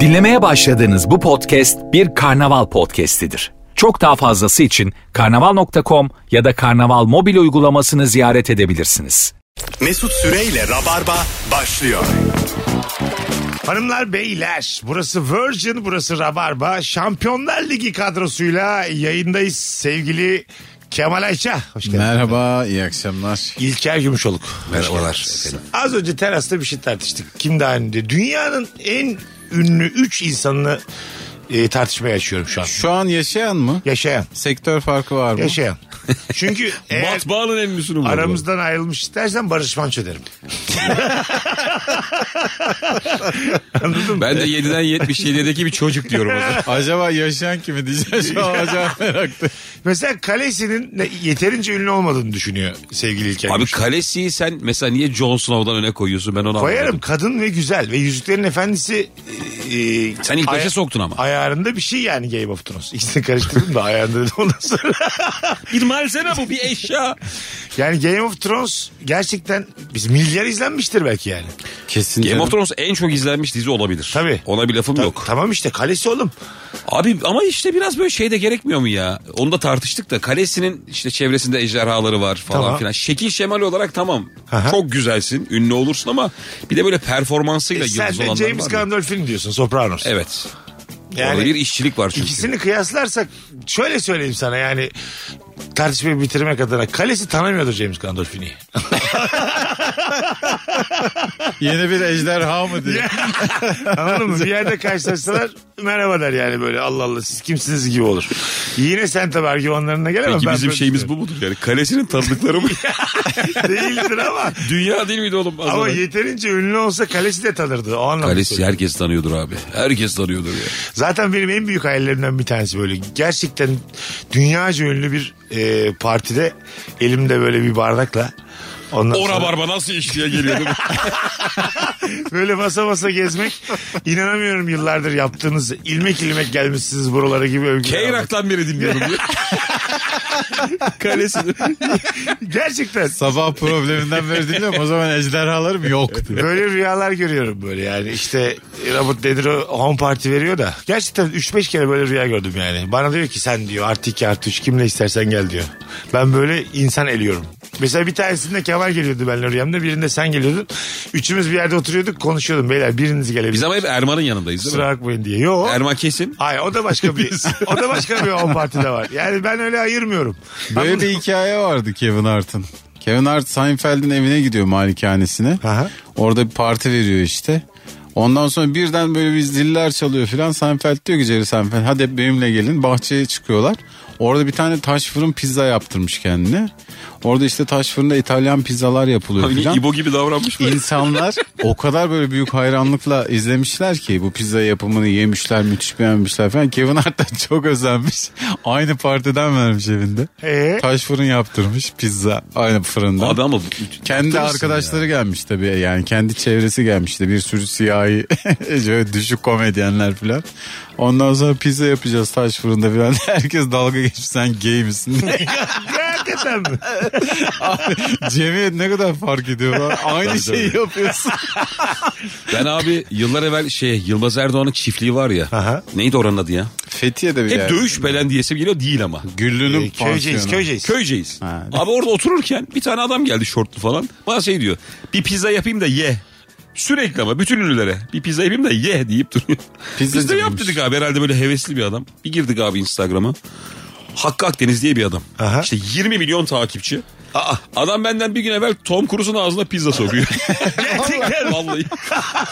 Dinlemeye başladığınız bu podcast bir karnaval podcastidir. Çok daha fazlası için karnaval.com ya da karnaval mobil uygulamasını ziyaret edebilirsiniz. Mesut Süreyle Rabarba başlıyor. Hanımlar beyler burası Virgin burası Rabarba Şampiyonlar Ligi kadrosuyla yayındayız sevgili Kemal Ayça. Hoş geldin. Merhaba, iyi akşamlar. İlker Gümüşoluk. Merhabalar. Az önce terasta bir şey tartıştık. Kim daha ünlü? Dünyanın en ünlü 3 insanını e, tartışmaya açıyorum şu an. Şu an yaşayan mı? Yaşayan. Sektör farkı var mı? Yaşayan. Çünkü eğer Matbaanın en ünlüsünü buldum. aramızdan ayrılmış istersen Barış Manço derim. Ben de 7'den 77'deki bir çocuk diyorum o zaman. Acaba yaşayan kimi diyeceğiz şu an acaba meraklı. Mesela Kalesi'nin ne- yeterince ünlü olmadığını düşünüyor sevgili İlker Abi Gümüşoluk. Kalesi'yi sen mesela niye Jon Snow'dan öne koyuyorsun ben onu Koyarım anlamadım. kadın ve güzel ve Yüzüklerin Efendisi e, Sen ilk başa aya- soktun ama. Ayarında bir şey yani Game of Thrones. İkisini karıştırdım da ayarında dedim ondan sonra. Bir malzeme bu bir eşya. yani Game of Thrones gerçekten biz milyar izlenmiştir belki yani. Kesin. Game of Thrones en çok izlenmiş dizi olabilir. Tabii. Ona bir lafım Ta- yok. Tamam işte kalesi oğlum. Abi ama işte biraz böyle şey de gerekmiyor mu ya? Onu da tartıştık da Kalesi'nin işte çevresinde ejderhaları var falan Tamam. filan. Şekil şemal olarak tamam. Aha. Çok güzelsin, ünlü olursun ama bir de böyle performansıyla E sen yıldız de olanlar James var. ya. Gandolfini diyorsun Sopranos. Evet. Yani- Orada bir işçilik var çünkü. İkisini kıyaslarsak şöyle söyleyeyim sana yani tartışmayı bitirmek adına kalesi tanımıyordur James Gandolfini'yi. Yeni bir ejderha mı diye. Anladın mı? Bir yerde karşılaşsalar merhaba der yani böyle Allah Allah siz kimsiniz gibi olur. Yine sen tabii argümanlarına gel ama Peki ben bizim böyle şeyimiz bu düşünüyorum. mudur? Yani kalesinin tanıdıkları mı? Değildir ama Dünya değil miydi oğlum? az ama evvel? yeterince ünlü olsa kalesi de tanırdı. O anlamda Kalesi söylüyorum. herkes tanıyordur abi. Herkes tanıyordur ya. Zaten benim en büyük hayallerimden bir tanesi böyle. Gerçekten dünyaca ünlü bir e, partide elimde böyle bir bardakla Ondan O sonra rabarba nasıl işliğe geliyordu? böyle basa basa gezmek inanamıyorum yıllardır yaptığınız ilmek ilmek gelmişsiniz buralara gibi övgüler almak. Keyrak'tan beri dinliyorum. diyor. Kalesini. Gerçekten Sabah probleminden beri dinliyorum o zaman ejderhalarım yok diye. Böyle rüyalar görüyorum böyle yani işte Robert De Niro home party veriyor da gerçekten 3-5 kere böyle rüya gördüm yani. Bana diyor ki sen diyor artı 2 artı 3 kimle istersen gel diyor. Ben böyle insan eliyorum. Mesela bir tanesinde Kemal geliyordu benimle rüyamda birinde sen geliyordun. Üçümüz bir yerde oturuyorduk konuşuyorduk beyler biriniz Biz gelebilir ama hep Erman'ın yanındayız değil mi? kusura bakmayın diye. Yok. Erman kesin. Hayır o da başka bir o da başka bir home party'de var. Yani ben öyle ayırmıyorum. Böyle bir hikaye vardı Kevin Hart'ın. Kevin Hart Seinfeld'in evine gidiyor malikanesine. Aha. Orada bir parti veriyor işte. Ondan sonra birden böyle bir ziller çalıyor filan. Seinfeld diyor ki Jerry Seinfeld hadi hep benimle gelin. Bahçeye çıkıyorlar. Orada bir tane taş fırın pizza yaptırmış kendine. Orada işte taş fırında İtalyan pizzalar yapılıyor Hani filan. İbo gibi davranmış mı? İnsanlar o kadar böyle büyük hayranlıkla izlemişler ki bu pizza yapımını yemişler müthiş beğenmişler falan. Kevin Hart da çok özenmiş. Aynı partiden vermiş evinde. Ee? Taş fırın yaptırmış pizza aynı fırında. Abi ama bu- kendi arkadaşları gelmiş tabii yani kendi çevresi gelmişti bir sürü siyahi şöyle düşük komedyenler falan. Ondan sonra pizza yapacağız taş fırında falan herkes dalga geçmiş sen gay misin diye. Gerçekten mi? Cemiyet ne kadar fark ediyor lan? aynı şey şey şeyi yapıyorsun. ben abi yıllar evvel şey Yılmaz Erdoğan'ın çiftliği var ya. Aha. Neydi oranın adı ya? Fethiye'de bir Hep yer. dövüş belediyesi geliyor değil ama. Güllü'nün Ee, Köyceğiz, pansiyonu. köyceğiz. Köyceğiz. Ha. Abi orada otururken bir tane adam geldi şortlu falan. Bana şey diyor. Bir pizza yapayım da ye. Sürekli ama bütün ünlülere. Bir pizza yapayım da ye deyip duruyor. Pizzacı Biz de yap mıymış? dedik abi herhalde böyle hevesli bir adam. Bir girdik abi Instagram'a. Hakkı Akdeniz diye bir adam. Aha. İşte 20 milyon takipçi. Aa, adam benden bir gün evvel Tom Cruise'un ağzına pizza sokuyor. Gerçekten. Vallahi.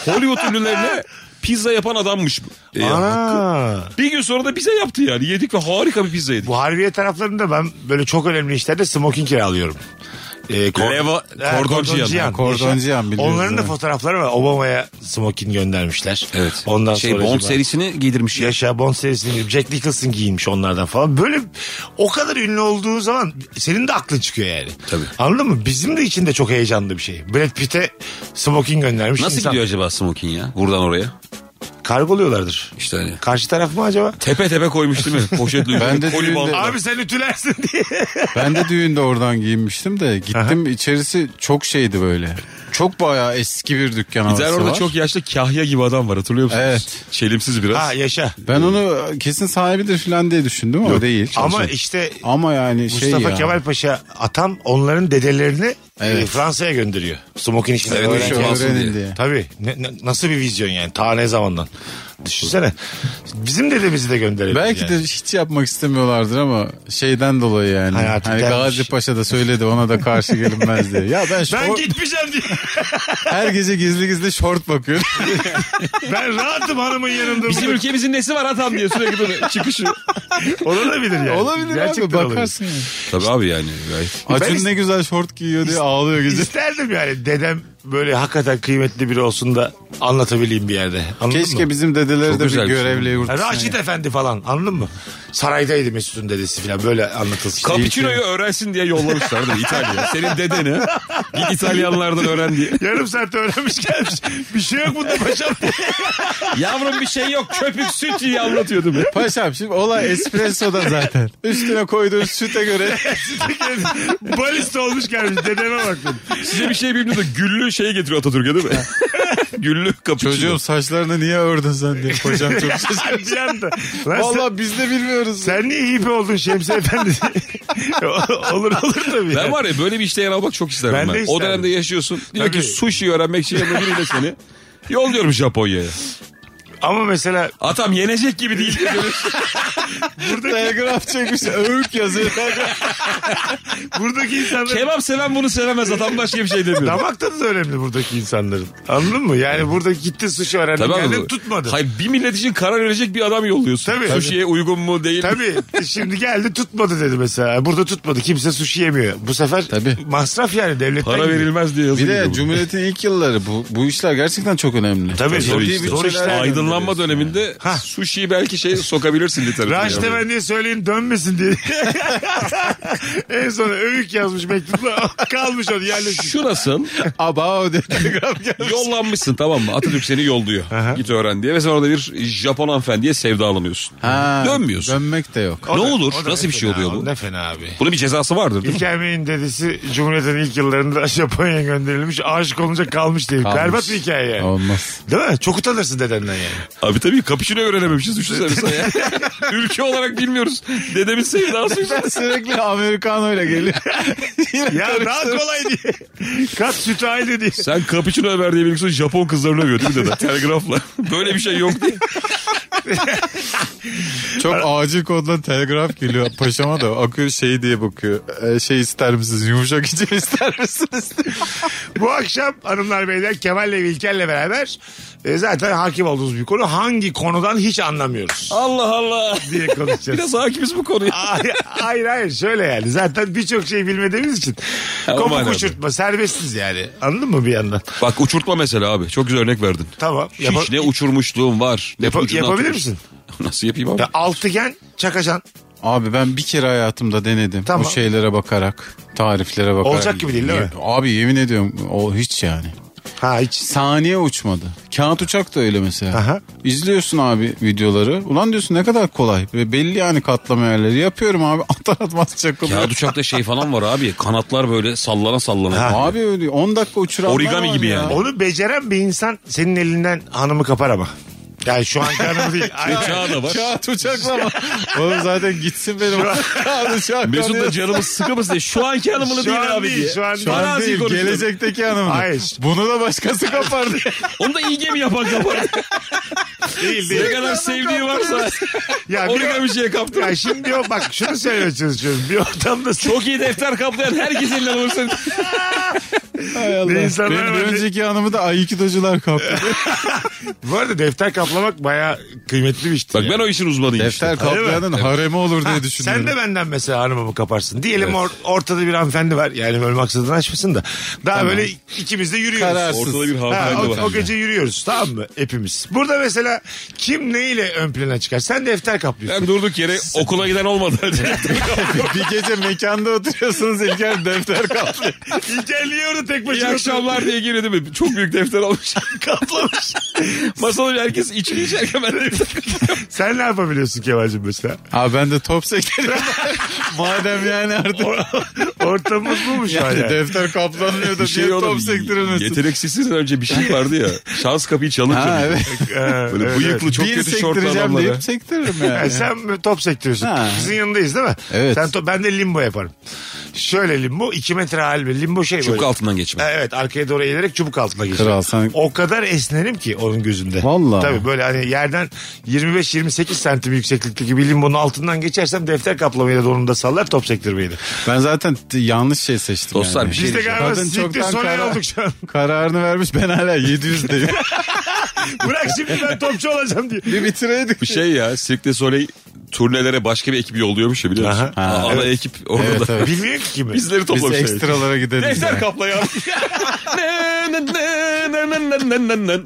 Hollywood ünlülerine pizza yapan adammış. bu. Ee, Aa. bir gün sonra da bize yaptı yani. Yedik ve harika bir pizza yedik. Bu harbiye taraflarında ben böyle çok önemli işlerde smoking kiralıyorum. Ee, Leva- Ha, kordoncu yan. yan. Kordoncu yan biliyoruz, Onların da evet. fotoğrafları var. Obama'ya smoking göndermişler. Evet. Ondan şey, sonra Bond serisini giydirmiş. ya. Yaşa Bond serisini gibi Jack Nicholson giyinmiş onlardan falan. Böyle o kadar ünlü olduğu zaman senin de aklın çıkıyor yani. Tabii. Anladın mı? Bizim de için de çok heyecanlı bir şey. Brad Pitt'e smoking göndermiş. Nasıl insan. gidiyor acaba smoking ya? Buradan oraya. Kargoluyorlardır. İşte hani. Karşı taraf mı acaba? Tepe tepe koymuş değil mi? Poşetli. Ben de Koli düğünde- bandı. Abi sen ütülersin diye. Ben de düğünde oradan giyinmiştim de gittim içerisi çok şeydi böyle. Çok bayağı eski bir dükkan havası Gider orada var. çok yaşlı kahya gibi adam var hatırlıyor musunuz? Evet. Çelimsiz biraz. Ha yaşa. Ben onu kesin sahibidir falan diye düşündüm ama değil. Ama Çalışan. işte ama yani şey Mustafa ya. Kemal Paşa atam onların dedelerini Evet. e, Fransa'ya gönderiyor. Smokin işini Evet, öğrenci şu alsın öğrenin diye. diye. Tabii. Ne- ne- nasıl bir vizyon yani? Ta ne zamandan? Düşünsene. Bizim dedemizi de gönderelim. Belki yani. de hiç yapmak istemiyorlardır ama şeyden dolayı yani. Hayatı hani gelmiş. Gazi Paşa da söyledi ona da karşı gelinmez diye. Ya ben, şort, şey. Ben gitmeyeceğim diye. her gece gizli gizli şort bakıyorum. ben rahatım hanımın yanında. Bizim ülkemizin nesi var atam diye sürekli böyle çıkışı. Olabilir yani. olabilir Gerçekten abi bakarsın. yani. Tabii abi yani gayet. Acun is- ne güzel şort giyiyor diye ağlıyor olabilir. gece. İsterdim yani dedem böyle hakikaten kıymetli biri olsun da anlatabileyim bir yerde. Anladın Keşke mı? bizim dedeleri Çok de güzel bir bir şey. görevle Ha, yurtdışına. Raşit Efendi falan anladın mı? Saraydaydı Mesut'un dedesi falan böyle anlatılsın. Cappuccino'yu öğrensin diye yollamışlar değil mi İtalya? Senin dedeni. Git İtalyanlardan öğren diye. Yarım saatte öğrenmiş gelmiş. Bir şey yok bunda paşam. Yavrum bir şey yok köpük süt diye anlatıyordum. ya. Paşam şimdi olay espressoda zaten. Üstüne koyduğun süte göre Balista olmuş gelmiş. Dedeme bakın. Size bir şey bilmiyordu. Güllü şey getiriyor Atatürk'e değil mi? Güllü cappuccino. çocuğum saçlarını niye ördün sen diye kocam çok şaşırdı. Bir anda. Lan sen, Valla biz de bilmiyoruz. sen niye hipi oldun Şemsi Efendi? olur olur tabii. Ben yani. var ya böyle bir işte yer almak çok isterdim Ben ben. de O isterdim. dönemde yaşıyorsun. Diyor Tabii. ki sushi öğrenmek için yanına biriyle seni. Yolluyorum Japonya'ya. Ama mesela Atam yenecek gibi değil. diye böyle- Telgraf çekmiş öğük yazıyor. buradaki insanlar... Kebap seven bunu sevemez. Atam başka bir şey demiyor. Damak tadı da önemli buradaki insanların. Anladın mı? Yani burada gitti sushi öğrendi Tabii abi geldi bu- tutmadı. Hayır bir millet için karar verecek bir adam yolluyorsun. Tabii. Sushi'ye uygun mu değil mi? Tabii şimdi geldi tutmadı dedi mesela. Burada tutmadı kimse sushi yemiyor. Bu sefer Tabii. masraf yani devletten Para gidiyor. verilmez diye Bir yazıyor. de bu. Cumhuriyet'in ilk yılları bu, bu işler gerçekten çok önemli. Tabii, Ciddi tabii işte. bütçeler Zor işler. Aydınlanma döneminde Ha. sushi'yi belki şey sokabilirsin literatüre. Raşit Yani. Efendi'ye söyleyin dönmesin diye. en son öykü yazmış mektupla kalmış onu yerleşmiş. Şurasın Aba diye telgraf yollanmışsın tamam mı? Atatürk seni yolluyor. Git öğren diye. Ve sen orada bir Japon hanımefendiye sevdalanıyorsun. Ha, Dönmüyorsun. Dönmek de yok. ne olur? O da Nasıl ne bir şey fena, oluyor o bu? Ne fena abi. Bunun bir cezası vardır değil mi? Hikayemin dedesi Cumhuriyet'in ilk yıllarında Japonya'ya gönderilmiş. Aşık olunca kalmış diye. Kalmış. Berbat bir hikaye yani. Olmaz. Değil mi? Çok utanırsın dedenden yani. Abi tabii kapışını öğrenememişiz düşünsene biz ya. Ülke olarak bilmiyoruz. Dedemin sevdası yüzünden. Sürekli Amerikan öyle geliyor. Yine Ya daha karıştırır. kolay diye. Kat sütü aynı diye. Sen kapıçını över diye bilgisayar Japon kızlarını övüyor değil mi dede? Telgrafla. Böyle bir şey yok diye. Çok acil kodla telgraf geliyor. Paşama da akıyor şey diye bakıyor. E, şey ister misiniz? Yumuşak içim ister misiniz? Bu akşam hanımlar beyler Kemal ve İlker'le beraber e, zaten hakim olduğumuz bir konu. Hangi konudan hiç anlamıyoruz Allah Allah. diye konuşacağız. Biraz hakimiz bu konuya. Hayır, hayır hayır şöyle yani zaten birçok şey bilmediğimiz için o kopuk manada. uçurtma serbestsiz yani anladın mı bir yandan Bak uçurtma mesela abi. Çok güzel örnek verdin. tamam Hiç yapa- ne uçurmuşluğum var. Ne yapa- ucundan yapabilir tutmuş. misin Nasıl yapayım abi? Ya altıgen çakacan Abi ben bir kere hayatımda denedim. Tamam. Bu şeylere bakarak, tariflere bakarak. Olacak gibi değil, değil mi? Abi yemin ediyorum o hiç yani. ha hiç Saniye uçmadı. Kağıt uçak da öyle mesela. Aha. İzliyorsun abi videoları. Ulan diyorsun ne kadar kolay. Ve belli yani katlama yerleri. Yapıyorum abi atar atmaz çakılıyor. Kağıt uçakta şey falan var abi. Kanatlar böyle sallana sallana. Abi öyle 10 dakika uçuranlar Origami var gibi ya. yani. onu beceren bir insan senin elinden hanımı kapar ama yani şu an hanımı değil Aynen. Uçağı da var. Kağıt uçakla mı? Oğlum zaten gitsin benim. Kağıt uçak. Mesut da kanıyor. canımız sıkımız diye. Şu anki hanımını Şu an değil abi değil, diye. şu an Şu an Araziyi değil konuşuyoruz. gelecekteki hanım. Hayır. Bunu da başkası kapardı. Onu da iyi gemi yapan kapar. değil ne değil kadar sevdiği varsa. ya Origami bir, şeye kaptı. ya şimdi o bak şunu söylemeye çalışıyorum bir ortamda Çok iyi defter kaplayan herkes eline alırsın. Hay Allah. Ne insanlar Benim bir var. önceki hanımı da Aikidocular kaptı. bu arada defter kaplamak baya kıymetli bir işti Bak ben o işin uzmanıyım Defter işte. kaplayanın haremi olur diye düşünüyorum. Sen de benden mesela hanımı mı kaparsın? Diyelim or- ortada bir hanımefendi var. Yani böyle maksadını açmasın da. Daha böyle ikimiz de yürüyoruz. Kararsız. Ortada bir Ha, hanımefendi o, var. o gece yürüyoruz tamam mı hepimiz. Burada mesela kim neyle ön plana çıkar? Sen defter kaplıyorsun. Ben durduk yere okula giden olmadı. bir gece mekanda oturuyorsunuz İlker defter kaplıyor. İlker niye orada tek İyi başına akşamlar diye giriyor değil mi? Çok büyük defter almış. kaplamış? Masada bir herkes içki Şey içerken ben defter Sen ne yapabiliyorsun Kemal'cim mesela? Abi ben de top sekeri Madem yani artık Ortamımız bu mu şu an? yani yani? defter kaplanmıyor da Bir şey diye oğlum, top sektirilmesin. Yeteneksizsizden önce bir şey vardı ya. Şans kapıyı çalıp Ha, çalıp. evet. Ha, Böyle evet, bıyıklı çok Bir kötü şortlu sektireceğim adamlara. deyip sektiririm Yani yani. sen mi top sektiriyorsun. Ha. Bizim yanındayız değil mi? Evet. Sen top, ben de limbo yaparım. Şöyle limbo 2 metre halbi. Limbo şey Çubuk böyle. altından geçme. Ha, Evet arkaya doğru eğilerek çubuk altına geçerim. Kral sen- O kadar esnerim ki onun gözünde. Vallahi. Tabii böyle hani yerden 25-28 santim yükseklikteki bir limbonun altından geçersem defter kaplamayla da onun da sallar top sektirmeyi de. Ben zaten t- yanlış şey seçtim Dostlar, yani. bir şey Biz de diyeceğim. galiba Kadın siktir çoktan soner karar- olduk şu an. Kararını vermiş ben hala 700'deyim. Bırak şimdi ben topçu olacağım diye. bir bitireydik. Bir şey ya Cirque du Soleil turnelere başka bir ekip yolluyormuş ya biliyor musun? Aha. Aa, Ana ekip orada. Evet, evet. Bilmiyor ki kimi. Bizleri Biz toplamış. ekstralara gidelim. şey. Defter yani. kaplayan.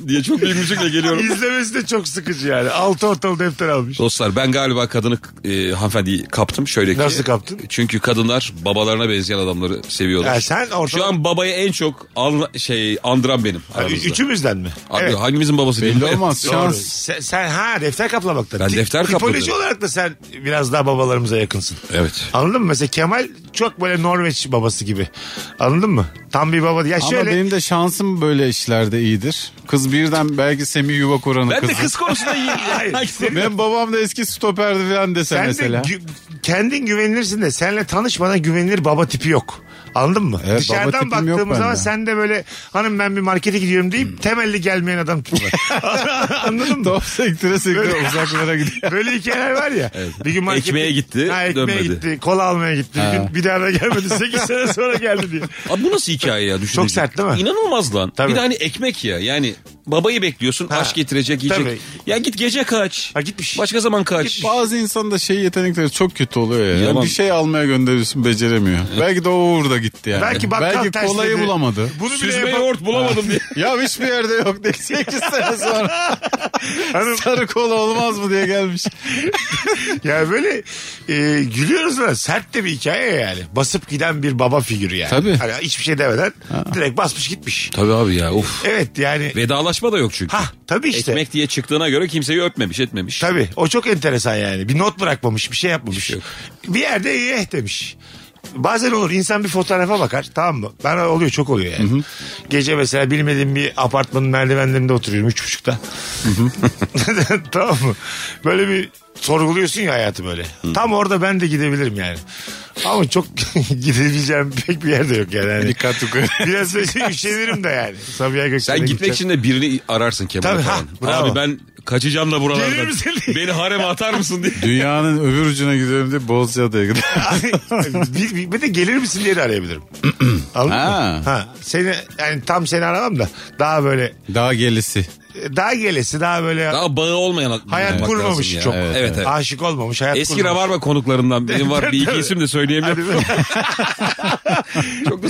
diye çok büyük müzikle geliyorum. İzlemesi de çok sıkıcı yani. Altı ortalı defter almış. Dostlar ben galiba kadını e, hanımefendiyi kaptım şöyle ki. Nasıl kaptın? Çünkü kadınlar babalarına benzeyen adamları seviyorlar. Ya sen ortalık- Şu an babayı en çok anla- şey andıran benim. Abi, aramızda. Üçümüzden mi? Abi hangimizin babası Belli değil mi? olmaz Doğru. şans. Sen, sen ha defter kaplamakta. Ben Ti- defter Tipoloji kapladım. olarak da sen biraz daha babalarımıza yakınsın. Evet. Anladın mı? Mesela Kemal çok böyle Norveç babası gibi. Anladın mı? Tam bir baba. Ya Ama şöyle benim de şansım böyle işlerde iyidir. Kız birden belki Semih Yuva Kur'an'ın Ben kızı. de kız konusunda iyiyim. Hayır, senin- Benim babam da eski stoperdi falan desen sen mesela. de gü- kendin güvenilirsin de senle tanışmadan güvenilir baba tipi yok. Anladın mı? Evet, baba Dışarıdan tipim yok baktığımız zaman bende. Hmm. sen de böyle hanım ben bir markete gidiyorum deyip temelli gelmeyen adam tipi var. Anladın mı? Top sektire sektire uzaklara gidiyor. Böyle hikayeler var ya. Bir gün markete- Ekmeğe gitti, ha, ekmeğe dönmedi. gitti. Kola almaya gitti. Bir, gün, bir daha da gelmedi. 8 sene sonra geldi diye. Abi bu nasıl hikaye ya düşününce? Çok sert değil mi? İnanılmaz lan. Tabii. Bir de hani ekmek ya. Yani babayı bekliyorsun. Aşk getirecek, yiyecek. Tabii. Ya git gece kaç. Ha, gitmiş. Başka zaman kaç. Bazı insan da şey yetenekleri çok kötü oluyor ya. Yalan. Bir şey almaya gönderiyorsun beceremiyor. Belki de o uğurda gitti yani. Belki bakkal tersledi. kolayı bulamadı. Bunu bile Süzme yapam- yoğurt bulamadım diye. ya hiçbir yerde yok diye 8 sene sonra Hanım, sarı kola olmaz mı diye gelmiş. ya böyle e, gülüyoruz da sert de bir hikaye yani. Basıp giden bir baba figürü yani. Tabii. Hani hiçbir şey demeden direkt basmış gitmiş. Tabii abi ya of. Evet yani. Vedalaşma da yok çünkü. Ha tabii işte. Ekmek diye çıktığına göre kimseyi öpmemiş etmemiş. Tabii o çok enteresan yani. Bir not bırakmamış bir şey yapmamış. yok. bir yerde eh demiş. Bazen olur insan bir fotoğrafa bakar tamam mı? Ben oluyor çok oluyor yani. Gece mesela bilmediğim bir apartmanın merdivenlerinde oturuyorum üç buçukta. tamam mı? Böyle bir sorguluyorsun ya hayatı böyle. Tam orada ben de gidebilirim yani. Ama çok gidebileceğim pek bir yerde yok yani. Hani Dikkat yukarı. Biraz böyle şey, üşenirim de yani. Sabiha Gökçen'e Sen gitmek gideceğim. için de birini ararsın Kemal Tabii, falan. ha, bravo. Abi ben kaçacağım da Gelir buralardan. misin diye. Beni hareme atar mısın diye. Dünyanın öbür ucuna gidiyorum diye Bozcaada'ya gidiyorum. bir, bir- bir de gelir misin diye de arayabilirim. Anladın Ha. mı? Ha. Seni yani tam seni aramam da daha böyle Daha gelisi. daha gelesi daha böyle Daha bağı olmayan hayat bakmak kurmamış lazım ya. çok. Evet evet. Aşık olmamış hayat Eski kurmamış. Rabarba konuklarından benim var bir iki Tabii. isim de söyleyemiyorum. Çok da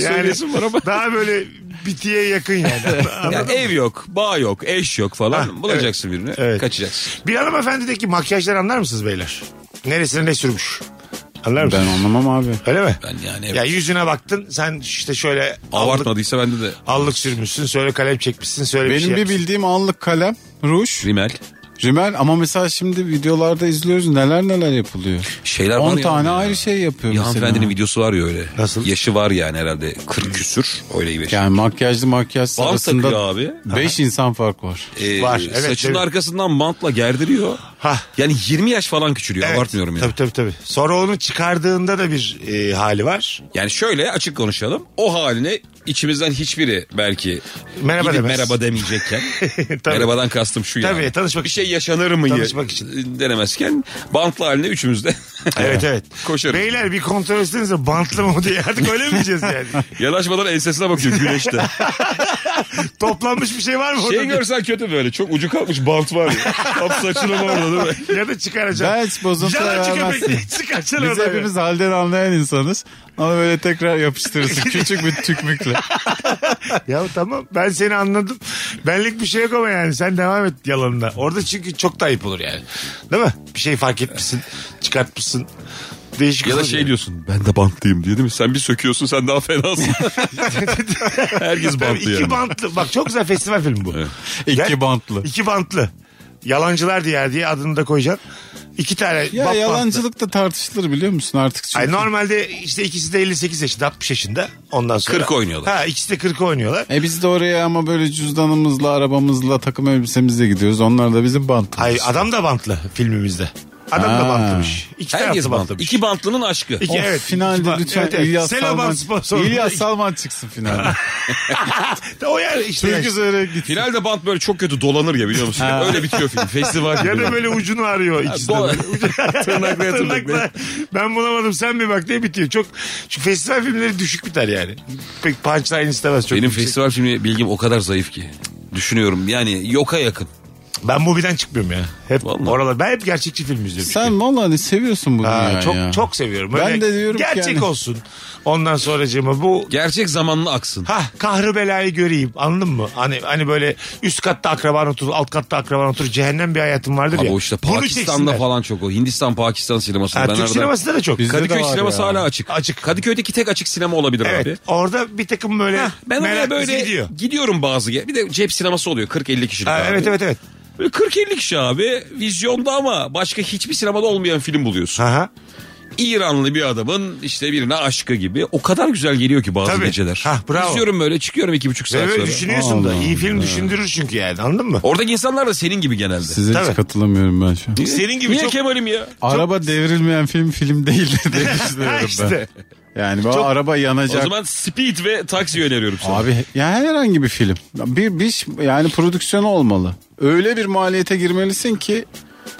söyleyesim var ama. Daha böyle bitiye yakın yani. Ya Anladın mı? ev yok, bağ yok, eş yok falan. Ha, Bulacaksın birini, Evet. kaçacaksın. Bir hanımefendideki makyajları anlar mısınız beyler? Neresine ne sürmüş? Anlar Ben mısınız? anlamam abi. Öyle mi? Ben yani evet. Ya yüzüne baktın sen işte şöyle allık, Abartmadıysa bende de allık sürmüşsün söyle kalem çekmişsin söyle bir Benim şey bir yapmışsın. bildiğim anlık kalem, ruj, rimel rimel ama mesela şimdi videolarda izliyoruz neler neler yapılıyor. şeyler var 10 ya. tane ayrı şey yapıyor Bir mesela. hanımefendinin videosu var ya öyle. Nasıl? Hmm. Yaşı var yani herhalde 40 küsür öyle bir yaşı. Yani makyajlı makyaj Bant takıyor arasında abi. 5 insan fark var. Ee, Var, evet, saçının tabii. arkasından mantla gerdiriyor. Hah. Yani 20 yaş falan küçülüyor Evet. abartmıyorum yani. Tabii tabii tabii. Sonra onu çıkardığında da bir e, hali var. Yani şöyle açık konuşalım. O haline içimizden hiçbiri belki Merhaba gidip demez. merhaba demeyecekken. Tabii. Merhabadan kastım şu yani. Tabii, tanışmak Bir için. şey yaşanır mı? Tanışmak için. Denemezken bantlı haline üçümüz de. Evet evet. Koşarız. Beyler bir kontrol etsenize bantlı mı diye artık öyle mi diyeceğiz yani? Yalaşmadan ensesine bakıyor güneşte. Toplanmış bir şey var mı? orada? şey görsen kötü böyle. Çok ucu kalkmış bant var ya. Tam saçını orada değil mi? ya da çıkaracağım. Ben hiç bozuntular Yalancı vermezsin. köpek çıkartacaksın Biz oradan hepimiz halden anlayan insanız. Ama böyle tekrar yapıştırırsın küçük bir tükmükle. Ya tamam ben seni anladım. Benlik bir şey yok ama yani sen devam et yalanına. Orada çünkü çok da ayıp olur yani. Değil mi? Bir şey fark etmişsin. Çıkartmışsın. Değişik Ya da olur şey yani. diyorsun ben de bantlıyım diye değil mi? Sen bir söküyorsun sen daha fenasın. Herkes Tabii bantlı iki yani. bantlı. Bak çok güzel festival filmi bu. İki Gel- bantlı. İki bantlı. Yalancılar Diyar diye adını da koyacaksın. İki tane Ya bap bastı. yalancılık da tartışılır biliyor musun artık? çünkü. Ay normalde işte ikisi de 58 yaşında 60 yaşında ondan sonra. 40 oynuyorlar. Ha ikisi de 40 oynuyorlar. E biz de oraya ama böyle cüzdanımızla, arabamızla, takım elbisemizle gidiyoruz. Onlar da bizim bantımız. Ay adam da bantlı filmimizde. Adam da Ha. bantlamış. İki Herkes tarafı bantlı. bantlamış. İki bantlının aşkı. İki, Of, evet. finalde İki ba- lütfen evet, evet. İlyas Selaban Salman. sponsorluğunda- İlyas Salman çıksın finalde. O yani işte. Türk üzere git. Finalde bant böyle çok kötü dolanır ya biliyor musun? Öyle bitiyor film. Festival Ya gibi. da böyle ucunu arıyor ikisi de. dola- Ucu- Tırnakla Tırnakla. tırnakla. Ben bulamadım sen bir bak diye bitiyor. Çok şu festival filmleri düşük biter yani. Pek punchline istemez çok. Benim yüksek. festival filmi bilgim o kadar zayıf ki. Düşünüyorum yani yoka yakın. Ben Mubi'den çıkmıyorum ya. Hep Vallahi. oralar. Ben hep gerçekçi film izliyorum. işte. Sen vallahi ne seviyorsun bu Ha, dünyayı çok ya. çok seviyorum. Ben Öyle de diyorum ki gerçek yani- olsun. Ondan sonracığıma bu Gerçek zamanlı aksın. ha kahrı belayı göreyim. Anladın mı? Hani hani böyle üst katta akraban oturur, alt katta akraban oturur. Cehennem bir hayatım vardır Abi ya. o işte Bunu Pakistan'da çeksinler. falan çok o. Hindistan Pakistan sineması. Ha, ben Türk arada- sinemasında da çok. Biz- Bizde de Kadıköy var sineması ya. hala açık. Açık. Kadıköy'deki tek açık sinema olabilir Evet. abi. Orada bir takım böyle Ben oraya meraklısı böyle gidiyor. gidiyorum bazı. ge- Bir de cep sineması oluyor 40-50 kişilik Ha, abi. evet evet evet. Böyle 40-50 kişi abi. Vizyonda ama başka hiçbir sinemada olmayan film buluyorsun. Aha. İranlı bir adamın işte birine aşkı gibi. O kadar güzel geliyor ki bazı Tabii. geceler. Hah, bravo. İzliyorum böyle çıkıyorum 2,5 saat Böyle sonra. düşünüyorsun da iyi film düşündürür çünkü yani anladın mı? Oradaki insanlar da senin gibi genelde. Size Tabii. hiç katılamıyorum ben şu an. Senin gibi Niye çok Kemal'im ya? Araba devrilmeyen film film değil diye düşünüyorum İşte. ben. Yani bu araba yanacak. O zaman Speed ve Taksi öneriyorum sana. Abi ya herhangi bir film. Bir, bir ş- yani prodüksiyonu olmalı. Öyle bir maliyete girmelisin ki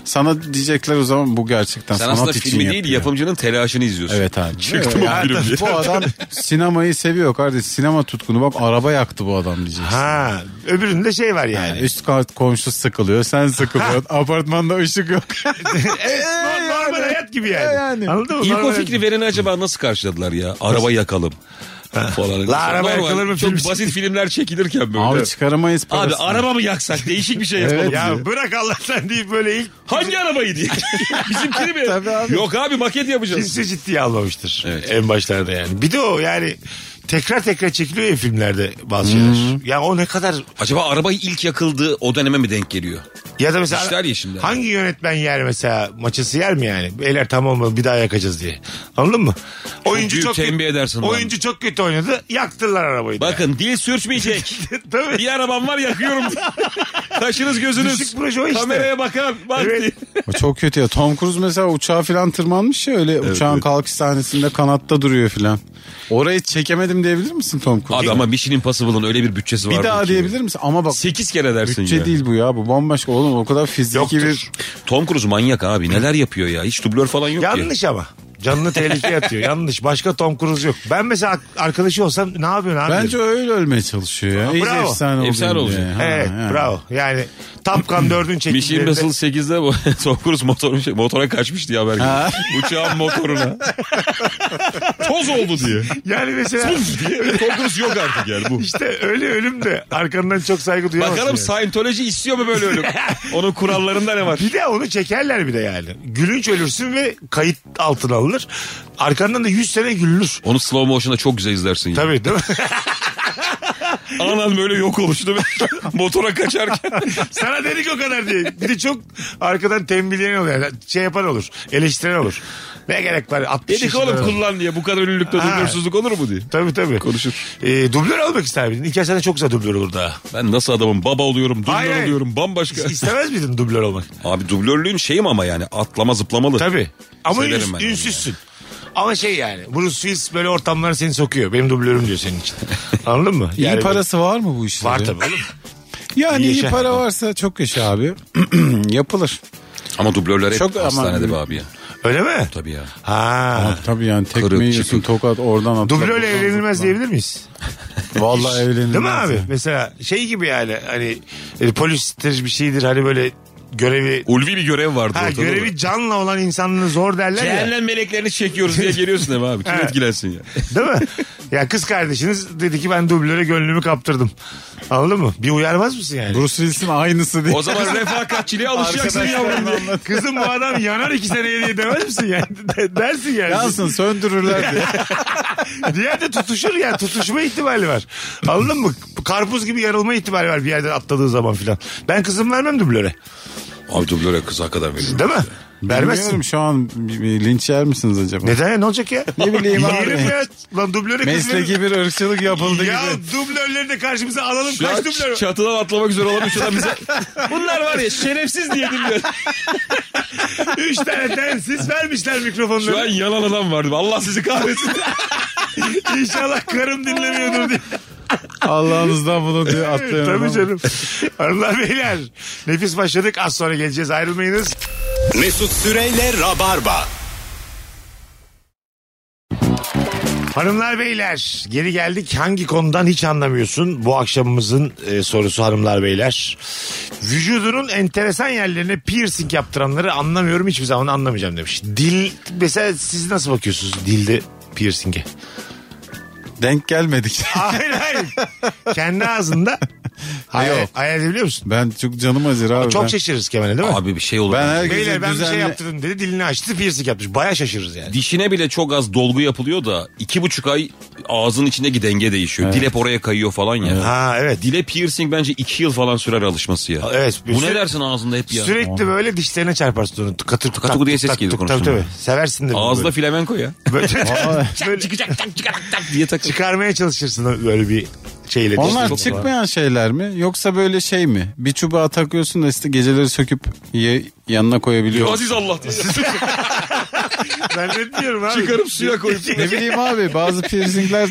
sana diyecekler o zaman bu gerçekten Sen sanat aslında için filmi değil yapıyor. yapımcının telaşını izliyorsun. Evet abi. Çıktı mı Ya film diye. Bu adam sinemayı seviyor kardeş. Sinema tutkunu bak araba yaktı bu adam diyeceksin. Ha, öbüründe şey var yani. Yani üst kat komşu sıkılıyor, sen sıkılıyorsun. Apartmanda ışık yok. Normal, normal hayat gibi Ee, yani. E yani. Anladın mı? İlk Normal o hayat fikri vereni acaba nasıl karşıladılar ya? Araba yakalım. falan. La araba yakılır mı Çok film? basit filmler çekilirken böyle. Abi Abi, çıkaramayız parasını. araba mı yaksak? Değişik bir şey yapalım. Evet. Ya, Ya bırak Allah'tan deyip böyle ilk Hangi arabayı diye? Bizimkini mi? Tabii abi. Yok abi maket yapacağız. kimse ciddiye almamıştır. Evet. En başlarda yani. Bir de o yani tekrar tekrar çekiliyor ya filmlerde bazı şeyler. Ya o ne kadar Acaba arabayı ilk yakıldığı o döneme mi denk geliyor? ya da mesela İşler ya şimdi. hangi yönetmen yer mesela maçası yer mi yani? Beyler tamam mı bir daha yakacağız diye. Anladın mı? Oyuncu büyük çok tembih edersin lan. Oyuncu çok kötü oynadı. Yaktılar arabayı. da. Bakın dil sürçmeyecek. Tabii. bir arabam var yakıyorum. Taşınız gözünüz. Düşük proje o işte. Kameraya bakar. Bak Evet. diye. O çok kötü ya. Tom Cruise mesela uçağa falan tırmanmış ya öyle uçağın kalkış sahnesinde kanatta duruyor falan. Orayı çekemedim diyebilir misin Tom Cruise? Abi ama Mission Impossible'ın öyle bir bütçesi var. bir daha diyebilir misin? Ama bak 8 kere dersin bütçe ya. değil bu ya. Bu bambaşka oğlum o kadar fiziki Yoktur. bir Tom Cruise manyak abi. Neler yapıyor ya? Hiç dublör falan yok ki. Yanlış ama. Canını tehlikeye atıyor. Yanlış. Başka Tom Cruise yok. Ben mesela ak- arkadaşı olsam ne yapıyorsun abi? Bence öyle ölmeye çalışıyor ya. İyice Bravo. efsane, Efsane olayım olacak. diye. Ha, Evet yani. bravo. Yani Top Gun 4'ün Mission çekimlerinde. Impossible 8'de bu- Tom Cruise motor, şey, motora kaçmış diye haber geldi. Uçağın motoruna. Toz oldu diye. Yani mesela Tom Cruise yok artık yani bu. işte öyle ölüm de arkandan çok saygı duyamazsın. Bakalım yani. Scientology istiyor mu böyle ölüm? Onun kurallarında ne var? Bir de onu çekerler bir de yani. Gülünç ölürsün ve kayıt altına alınır. Arkandan da 100 sene gülünür. Onu slow motion'da çok güzel izlersin. Ya. Tabii değil mi? Anan böyle yok oluştu. Motora kaçarken. Sana dedik o kadar diye. Bir de çok arkadan tembihleyen oluyor. Yani Şey yapan olur. Eleştiren olur. Ne gerek var? 60 Dedik yaşında oğlum adam. kullan diye. Bu kadar ünlülükte Ha. dublörsüzlük olur mu diye. Tabii tabii. Konuşur. Ee, dublör almak ister miydin? İlk yaşlarda çok güzel dublör olur daha. Ben nasıl adamım? Baba oluyorum, Hayır, hayır. dublör oluyorum, bambaşka. İstemez miydin dublör olmak? Abi dublörlüğün şeyim ama yani atlama zıplamalı. Tabii. Ama Severim üns- ben onu ünsüzsün. Ama şey yani Bruce Willis böyle ortamlara seni sokuyor. Benim dublörüm diyor senin için. Anladın mı? İyi Yani parası var mı bu işlerin? Var tabii oğlum. Yani iyi Yaşa. para varsa çok yaşa abi. Yapılır. Ama dublörler hep Çok aman hastanede bir- be abi ya. Öyle mi? Tabii ya. Ha. Tabii yani tekme Kırık, yiyorsun çıkık. tokat oradan atla. Dublörle buradan evlenilmez zıpla. diyebilir miyiz? Vallahi evlenilmez. Değil mi abi? ya. Mesela şey gibi yani hani e, polistir bir şeydir hani böyle görevi Ulvi bir görev vardı ha, ortada. görevi canla olan insanlığı zor derler ya. Cehennem meleklerini çekiyoruz diye geliyorsun ama abi. Kim Evet. etkilensin ya? Değil mi? Ya kız kardeşiniz dedi ki ben dublöre gönlümü kaptırdım. Anladın mı? Bir uyarmaz mısın yani? Bruce Willis'in aynısı diye. O zaman refakatçiliğe alışacaksın yavrum Arkadaşlarına diye. anlat. Kızım bu adam yanar iki seneye diye demez misin yani? De- dersin yani. Yansın söndürürler diye. Diğer de tutuşur ya. Tutuşma ihtimali var. Anladın mı? Karpuz gibi yarılma ihtimali var bir yerden atladığı zaman filan. Ben kızım vermem dublöre. Abi dublöre kız hakikaten veriyor. Değil mi? Vermezsin. Bilmiyorum şu an bir- bir linç yer misiniz acaba? Neden ya ne olacak ya? Ne bileyim abi. Yerim ya. Lan dublörü Mesleki bir ırkçılık yapıldı Ya gibi. dublörleri de karşımıza alalım. Ya Kaç dublör? var? çatıdan atlamak üzere olan üç adam bize. Bunlar var ya şerefsiz diye dinliyor. Üç tane telsiz vermişler Şu an mikrofonları. yalan adam vardı. Allah sizi kahretsin. İnşallah karım dinlemiyordur diye. Allah'ınızdan bunu diye atlayalım. Tabii canım. Hanımlar beyler. Nefis başladık. Az sonra geleceğiz. Ayrılmayınız. Mesut Süreyle Rabarba. Hanımlar beyler geri geldik hangi konudan hiç anlamıyorsun bu akşamımızın e, sorusu hanımlar beyler. Vücudunun enteresan yerlerine piercing yaptıranları anlamıyorum hiçbir zaman anlamayacağım demiş. Dil mesela siz nasıl bakıyorsunuz dilde piercing'e? Denk gelmedik. Hayır hayır kendi ağzında hayal, Yok. hayal edebiliyor musun? ben çok canım acır abi. ben, Çok şaşırırız Kemal'e değil mi? Abi bir şey olur. ben herkese Beyler ben bir düzenli- şey yaptırdım dedi dilini açtı piercing yapmış baya şaşırırız yani. Dişine bile çok az dolgu yapılıyor da iki buçuk ay ağzın içindeki denge değişiyor. Dil hep oraya kayıyor falan ya. Ha evet. Dile piercing bence iki yıl falan sürer alışması ya. Evet. Bu Sü- ne dersin ağzında hep ya? Sürekli böyle dişlerine çarparsın onu. Katır tukat. tuku diye ses geliyor Tabii konuştuğunda. tabii. Seversin de. bunu Ağızda flamenko ya. böyle. böyle, böyle Çıkacak tak çıkarak tak diye takılır. çıkarmaya çalışırsın böyle bir şeyle. Onlar dişleri. çıkmayan şeyler mi? Yoksa böyle şey mi? Bir çubuğa takıyorsun da işte geceleri söküp ye- yanına koyabiliyorsun. Aziz Allah diye. Ben ne diyorum abi. Çıkarıp suya koyup. ne bileyim abi bazı piercingler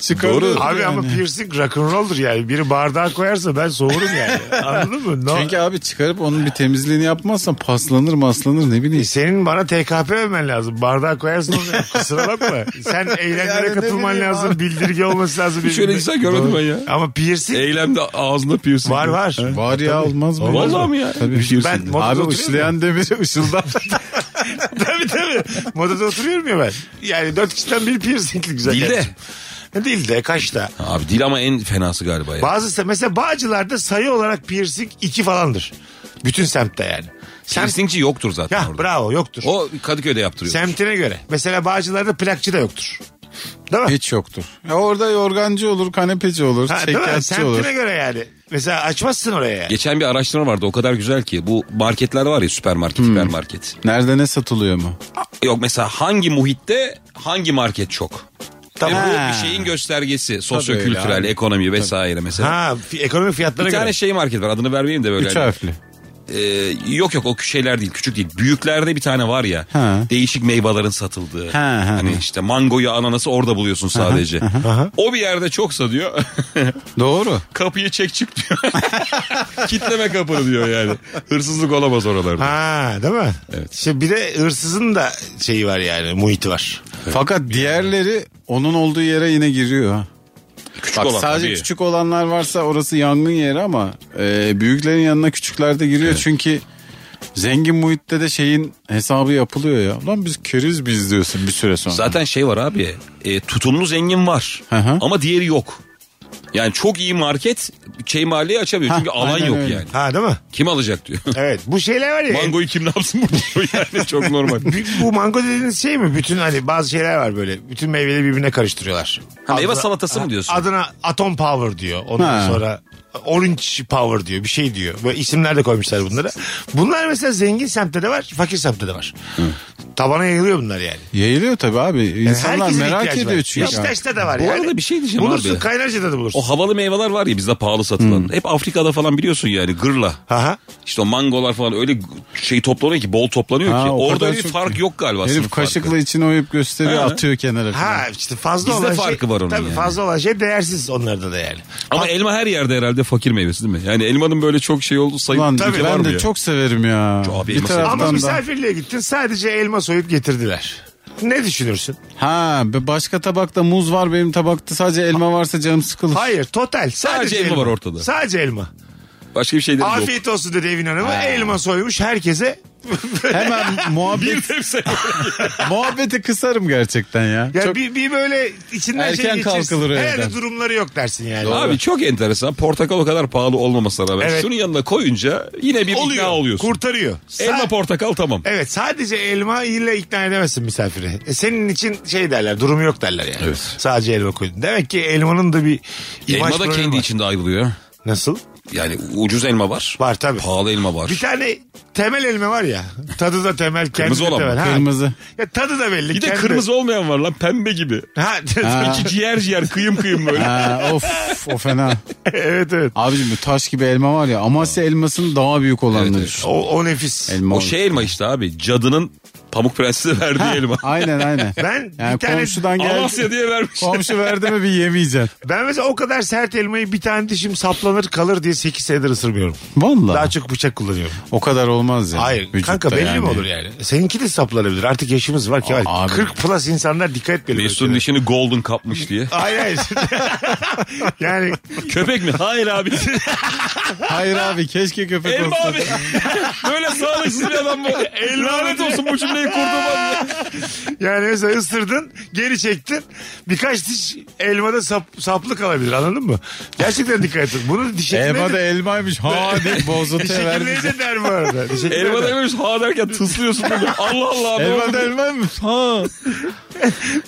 çıkarıyor. Doğru. yani. Abi ama piercing rock'n'roll'dur yani. Biri bardağa koyarsa ben soğurum yani. Anladın mı? No. Çünkü abi çıkarıp onun bir temizliğini yapmazsan paslanır maslanır ne bileyim. E, Senin bana TKP vermen lazım. Bardağa koyarsın onu. Kusura bakma. Sen eğlencelere ne katılman bileyim lazım. Bildirge olması lazım. Hiç öyle insan görmedim ben ya. Ama piercing Eylemde ağzında piercing. var var. Var ya olmaz mı? Vallahi mi ya? Tabii. Ben modada abi oturuyorum ışılayan demiri ışıldar. tabii tabii. Modada oturuyorum ya ben. Yani dört kişiden biri piercingli güzel. Dilde. kardeşim. Dilde kaşta. Abi dil ama en fenası galiba ya. Bazı mesela Bağcılar'da sayı olarak piercing iki falandır. Bütün semtte yani. Semt- Piercingci yoktur zaten Ya orada. bravo yoktur. O Kadıköy'de yaptırıyor. Semtine göre. Mesela Bağcılar'da plakçı da yoktur. Değil mi? Hiç yoktur. Ya orada yorgancı olur, kanepeci olur, Ha, değil mi? şekerci Semtine olur. göre yani. Mesela açmazsın oraya yani. Geçen bir araştırma vardı o kadar güzel ki bu marketler var ya süpermarket Hmm. hipermarket. Nerede ne satılıyor mu? Yok mesela hangi muhitte hangi market çok. Tamam. E bu Ha. bir şeyin göstergesi öyle sosyo-kültürel abi. ekonomi vesaire mesela. Ha fi- ekonomik fiyatlara Bir göre. tane şey market var adını vermeyeyim de böyle. Üç hani, harfli. e, yok yok o şeyler değil küçük değil. Büyüklerde bir tane var ya Ha. değişik meyvelerin satıldığı. Ha, ha, hani ha. işte mangoyu ananası orada buluyorsun sadece. o bir yerde çoksa diyor Doğru. kapıyı çek çık diyor. Kitleme kapını diyor yani. Hırsızlık olamaz oralarda. Ha değil mi? Evet. İşte bir de hırsızın da şeyi var yani muhiti var. Fakat diğerleri onun olduğu yere yine giriyor. ha. Küçük Bak olan sadece tabii. küçük olanlar varsa orası yangın yeri ama e, büyüklerin yanına küçükler de giriyor. Çünkü zengin muhitte de şeyin hesabı yapılıyor ya. Lan biz keriz biz diyorsun bir süre sonra. Zaten şey var abi e, tutumlu zengin var Hı hı. ama diğeri yok. Yani çok iyi market şey mahalleyi açamıyor Hah, çünkü alan aynen yok öyle. yani. Ha değil mi? Kim alacak diyor. Evet. Bu şeyler var ya. Mangoyu kim ne yapsın burada yani çok normal. Bu- bu mango dediğiniz şey mi? Bütün hani bazı şeyler var böyle. Bütün meyveleri birbirine karıştırıyorlar. Ha, meyve Adına- salatası mı diyorsun? Adına atom power diyor. Ondan Ha. sonra orange power diyor. Bir şey diyor. Böyle isimler de koymuşlar bunlara. Bunlar mesela zengin semtte de var, fakir semtte de var. Tabana yayılıyor bunlar yani. Yayılıyor tabii abi. Yani İnsanlar E, herkesin merak ihtiyacı ediyor var. çünkü. Beşiktaş'ta da var Bu yani. arada bir şey diyeceğim bulursun, abi. Kaynarca'da da bulursun. O havalı meyveler var ya bizde pahalı satılan. Hep Afrika'da falan biliyorsun yani gırla. Aha. İşte o mangolar falan öyle şey toplanıyor ki bol toplanıyor Ha, ki. o Orada kadar öyle bir çok- fark yok galiba. Herif sınıf farkı. kaşıkla içine oyup gösteriyor Ha. atıyor kenara. falan. Ha işte fazla Bizde olan farkı şey, var onun tabii yani. fazla olan şey değersiz onlarda da yani. Ama elma her yerde herhalde fakir meyvesi değil mi? Yani elmanın böyle çok şey olduğu sayı Ulan tabii, var ben mı de ya? çok severim ya. Abi bir elması- Ama taraftan da. misafirliğe gittin sadece elma soyup getirdiler. Ne düşünürsün? Ha be- başka tabakta muz var benim tabakta sadece elma varsa canım sıkılır. Hayır total. Sadece, Sadece elma var ortada. Sadece elma. Başka bir şey değil. Afiyet. Afiyet olsun dedi evin hanımı. Elma soymuş herkese. Hemen muhabbet muhabbeti kısarım gerçekten ya. Ya Çok bir, bir böyle içinden şey Erken geçirsin. kalkılır Herhalde evden. durumları yok dersin yani. Abi çok enteresan. Portakal o kadar pahalı olmamasına rağmen. Evet. Şunun yanına koyunca yine bir ikna oluyorsun. Kurtarıyor. Sa- Elma portakal tamam. Evet sadece elma ile ikna edemezsin misafiri. E, senin için şey derler durumu yok derler yani. Sadece elma koydun. Demek ki elmanın da bir imaj Elma da problemi kendi var. içinde ayrılıyor. Nasıl? Yani ucuz elma var. Var tabii. Pahalı elma var. Bir tane temel elma var ya. Tadı da temel. Kendi Kırmızı de olan mı? temel. Ha. Kırmızı. Ya tadı da belli. Bir de kendi- kırmızı olmayan var lan pembe gibi. Ha, İki ciğer ciğer kıyım kıyım böyle. Ha, of o fena. evet evet. Abicim bu taş gibi elma var ya Amasya elmasının daha büyük olanları Evet, evet. düşün. O, o nefis. Elma o olarak. şey elma işte abi cadının pamuk prensesi verdiği Ha, elma. Aynen aynen. Ben yani bir tane- komşudan gel. Amasya diye vermiş. Komşu verdi mi bir yemeyeceksin. Ben mesela o kadar sert elmayı bir tane dişim saplanır kalır diye 8 senedir ısırmıyorum. Daha Valla. çok bıçak kullanıyorum. O kadar olmaz yani. Hayır Vücutta kanka belli yani. mi olur yani? Seninki de saplanabilir. Artık yaşımız var Kemal. Aa, abi. 40 plus insanlar dikkat etmeli. Mesut'un Böyle dişini golden kapmış diye. şeylere. Hayır hayır. yani Köpek mi? Hayır abi. Hayır abi keşke köpek Elma olsa. abi. Böyle sağlıksız bir adam bu. Lanet olsun bu cümleyi kurduğum an. yani mesela ısırdın geri çektin. Birkaç diş elmada sap, saplı kalabilir anladın mı? Gerçekten dikkat et. Bunu diş Elma hekimleri da de... elmaymış. Hadi Diş bozuntuya hekimleri de vermeyeceğim. der bu arada. Diş hekimleri Elma de- dememiş ha derken tıslıyorsun. böyle. Allah Allah. Elma adam- da elma mı? Ha.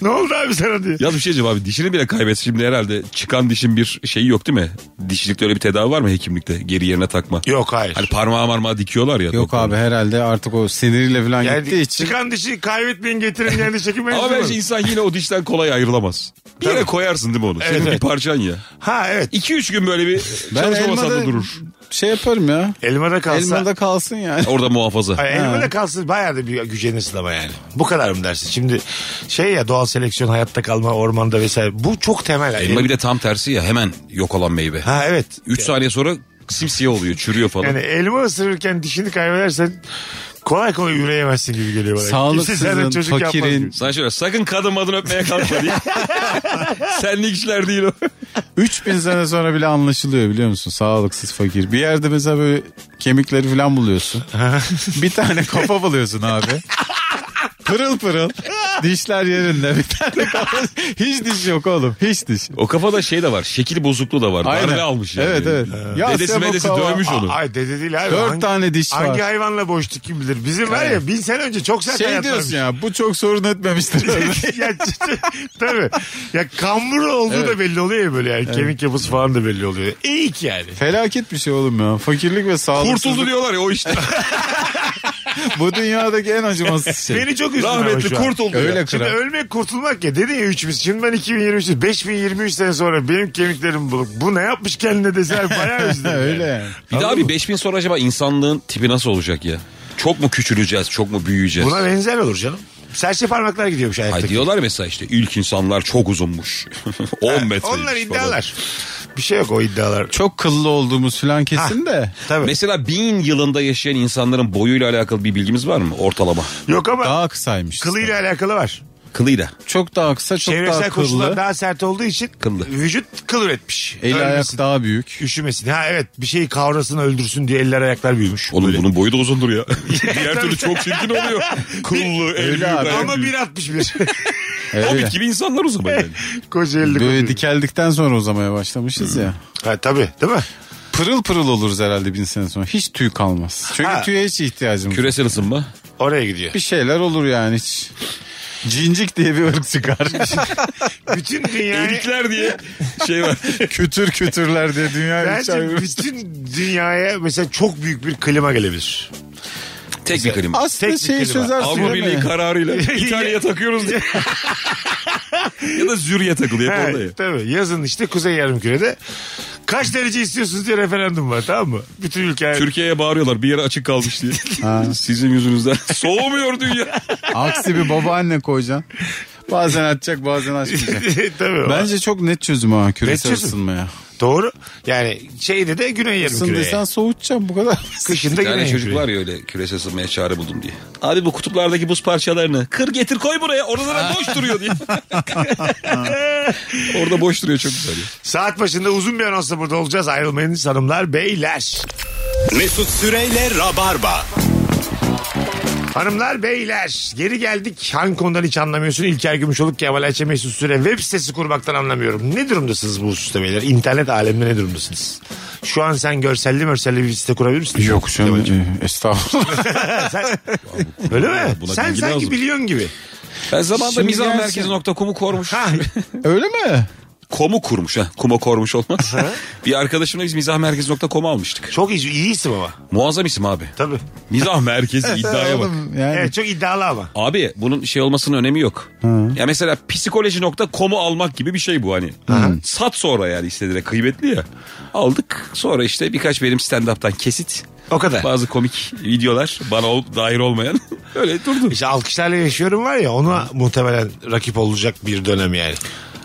Ne oldu abi sana diye. Ya bir şey diyeceğim abi dişini bile kaybetse şimdi herhalde çıkan dişin bir şeyi yok değil mi? Dişçilikte öyle bir tedavi var mı hekimlikte geri yerine takma? Yok hayır. Hani parmağa marmağa dikiyorlar ya. Yok doktor. abi herhalde artık o siniriyle falan gittiği yani için. çıkan dişi kaybetmeyin getirin yani diş hekimi. Ama bence insan yine o dişten kolay ayrılamaz. Bir yere koyarsın değil mi onu? Senin Evet, bir evet. parçan ya. Ha evet. 2-3 gün böyle bir Ben çalışma elmada masanda durur. şey yaparım ya. Elmada kalsa. Elmada kalsın yani. Orada muhafaza. Ay, Elmada kalsın bayağı da bir gücenirsin ama yani. Bu kadar mı dersin? Şimdi şey ya doğal seleksiyon hayatta kalma ormanda vesaire. Bu çok temel. yani. Elma bir de tam tersi ya hemen yok olan meyve. Ha evet. 3 saniye sonra simsiyah oluyor çürüyor falan. Yani elma ısırırken dişini kaybedersen kolay kolay yürüyemezsin gibi geliyor bana. Kimse senden Sağlıksızın, çocuk yapmaz fakirin. gibi. Sana şöyle sakın kadın madın öpmeye kalkma diye. Senlik işler değil o. 3000 sene sonra bile anlaşılıyor biliyor musun? Sağlıksız fakir. Bir yerde mesela böyle kemikleri falan buluyorsun. bir tane kafa buluyorsun abi. Pırıl pırıl. Dişler yerinde. Bir tane kafa. Hiç diş yok oğlum. Hiç diş. O kafada şey de var şekil bozukluğu da var. Darbe almış yani. Evet evet. Ya Dedesi sen bu medesi kafa- dövmüş Aa, onu. Ay dede değil abi. Dört Hangi- tane diş var. Hangi hayvanla boğuştuk kim bilir. Bizim var ya bin sene önce çok sert Şey hayatlarmış. diyorsun ya bu çok sorun etmemiştir. ya, tabii. Ya kambur olduğu da belli oluyor ya böyle yani. Kemik yapısı falan da belli oluyor. İyi ki yani. Felaket bir şey oğlum ya. Fakirlik ve sağlıksızlık. Kurtuldu diyorlar ya o işte. Bu dünyadaki en acımasız şey. Beni çok üzdün ama Rahmetli şu an. kurtuldu. Öyle ya. Şimdi kral. ölmek kurtulmak ya dedin ya üçümüz. Şimdi ben 2023'te 5023 sene sonra benim kemiklerim bulup bu ne yapmış kendine deseler bayağı üzülürüm. yani. Öyle yani. Bir de Anladın abi mı? 5000 sonra acaba insanlığın tipi nasıl olacak ya? Çok mu küçüleceğiz, çok mu büyüyeceğiz? Buna benzer olur canım. Serçe parmaklar gidiyormuş Ay hayattaki. diyorlar mesela işte ilk insanlar çok uzunmuş. 10 metre. Onlar iddialar. Bir şey yok o iddialar. Çok kıllı olduğumuz falan kesin de. Tabii. Mesela bin yılında yaşayan insanların boyuyla alakalı bir bilgimiz var mı ortalama? yok ama Daha kısaymış. kılıyla alakalı var. Kılıyla. Çok daha kısa, çok daha Çevresel koşullar kıllı. daha sert olduğu için Kıllı. vücut kıl üretmiş. Eli Ölmesin, ayak daha büyük. Üşümesin. Ha evet bir şeyi kavrasın öldürsün diye eller ayaklar büyümüş. Oğlum bunun boyu da uzundur ya. Tabii. Diğer türlü çok çirkin oluyor. Kıllı, el büyük, Öyle abi. ayak Ama büyük. 1.61. Öyle. Hobbit gibi insanlar o zaman yani. Koca elli Böyle koca. dikeldikten sonra uzamaya başlamışız ya. Ha, tabii değil mi? Pırıl pırıl oluruz herhalde bin sene sonra. Hiç tüy kalmaz. Çünkü Ha. tüye hiç ihtiyacımız yok. Küresel ısınma. Oraya gidiyor. Bir şeyler olur yani hiç. Cincik diye bir ırk çıkar. Bütün dünyayı Erikler diye şey var. Kütür kütürler diye dünya hiç Bence ayrılır. bütün dünyaya mesela çok büyük bir klima gelebilir. Tek bir klima. Aslında Tek bir şeyi klima. çözersin Avrupa değil Birliği mi? kararıyla İtalya'ya takıyoruz diye. ya da Zürih'e takılıyor. hep He, orada ya. tabii yazın işte Kuzey Yarımküre'de kaç derece istiyorsunuz diye referandum var tamam mı? Bütün ülke Türkiye'ye bağırıyorlar bir yere açık kalmış diye. Sizin yüzünüzden. Soğumuyor dünya. Aksi bir babaanne koyacaksın. Bazen açacak bazen açmayacak. tabii. Bence... Bence çok net çözüm ha küresel çözüm. ısınmaya. Doğru. Yani şeyde de Güney Isındıysan Yarımküre'ye. soğutacaksın bu kadar. Kışında Bir tane Güney çocuk Yarımküre. var ya öyle küresel ısınmaya çare buldum diye. Abi bu kutuplardaki buz parçalarını kır getir koy buraya oralara boş duruyor diye. Orada boş duruyor çok güzel. ya. Saat başında uzun bir anonsla burada olacağız. Ayrılmayınız hanımlar beyler. Mesut Süreyle Rabarba. Hanımlar beyler geri geldik. Hangi konudan hiç anlamıyorsun? İlker Gümüşoluk, Kemal Ayça Mesut Süre web sitesi kurmaktan anlamıyorum. Ne durumdasınız bu hususta beyler? İnternet aleminde ne durumdasınız? Şu an sen görselli mörselli bir site kurabilir misin? Yok canım e, estağfurullah. Sen- Öyle mi? Buna sen bilgi sanki lazım. biliyorsun gibi. Ben zamanında Şimdi gelsin. mizahmerkezi.com'u kormuş. Ha, Öyle mi? Komu kurmuş ha. Kuma kormuş olmaz. bir arkadaşımla biz mizahmerkezi.com'u almıştık. Çok iyi, iyi isim ama. Muazzam isim abi. Tabii. Mizah merkezi iddiaya bak. Oğlum yani Evet çok iddialı ama. Abi bunun şey olmasının önemi yok. Ya mesela psikoloji.com'u almak gibi bir şey bu hani. Sat sonra yani istediğine kıymetli ya. Aldık sonra işte birkaç benim stand-up'tan kesit. O kadar. Bazı komik videolar bana ol, dair olmayan öyle durdu. İşte alkışlarla yaşıyorum var ya ona muhtemelen rakip olacak bir dönem yani.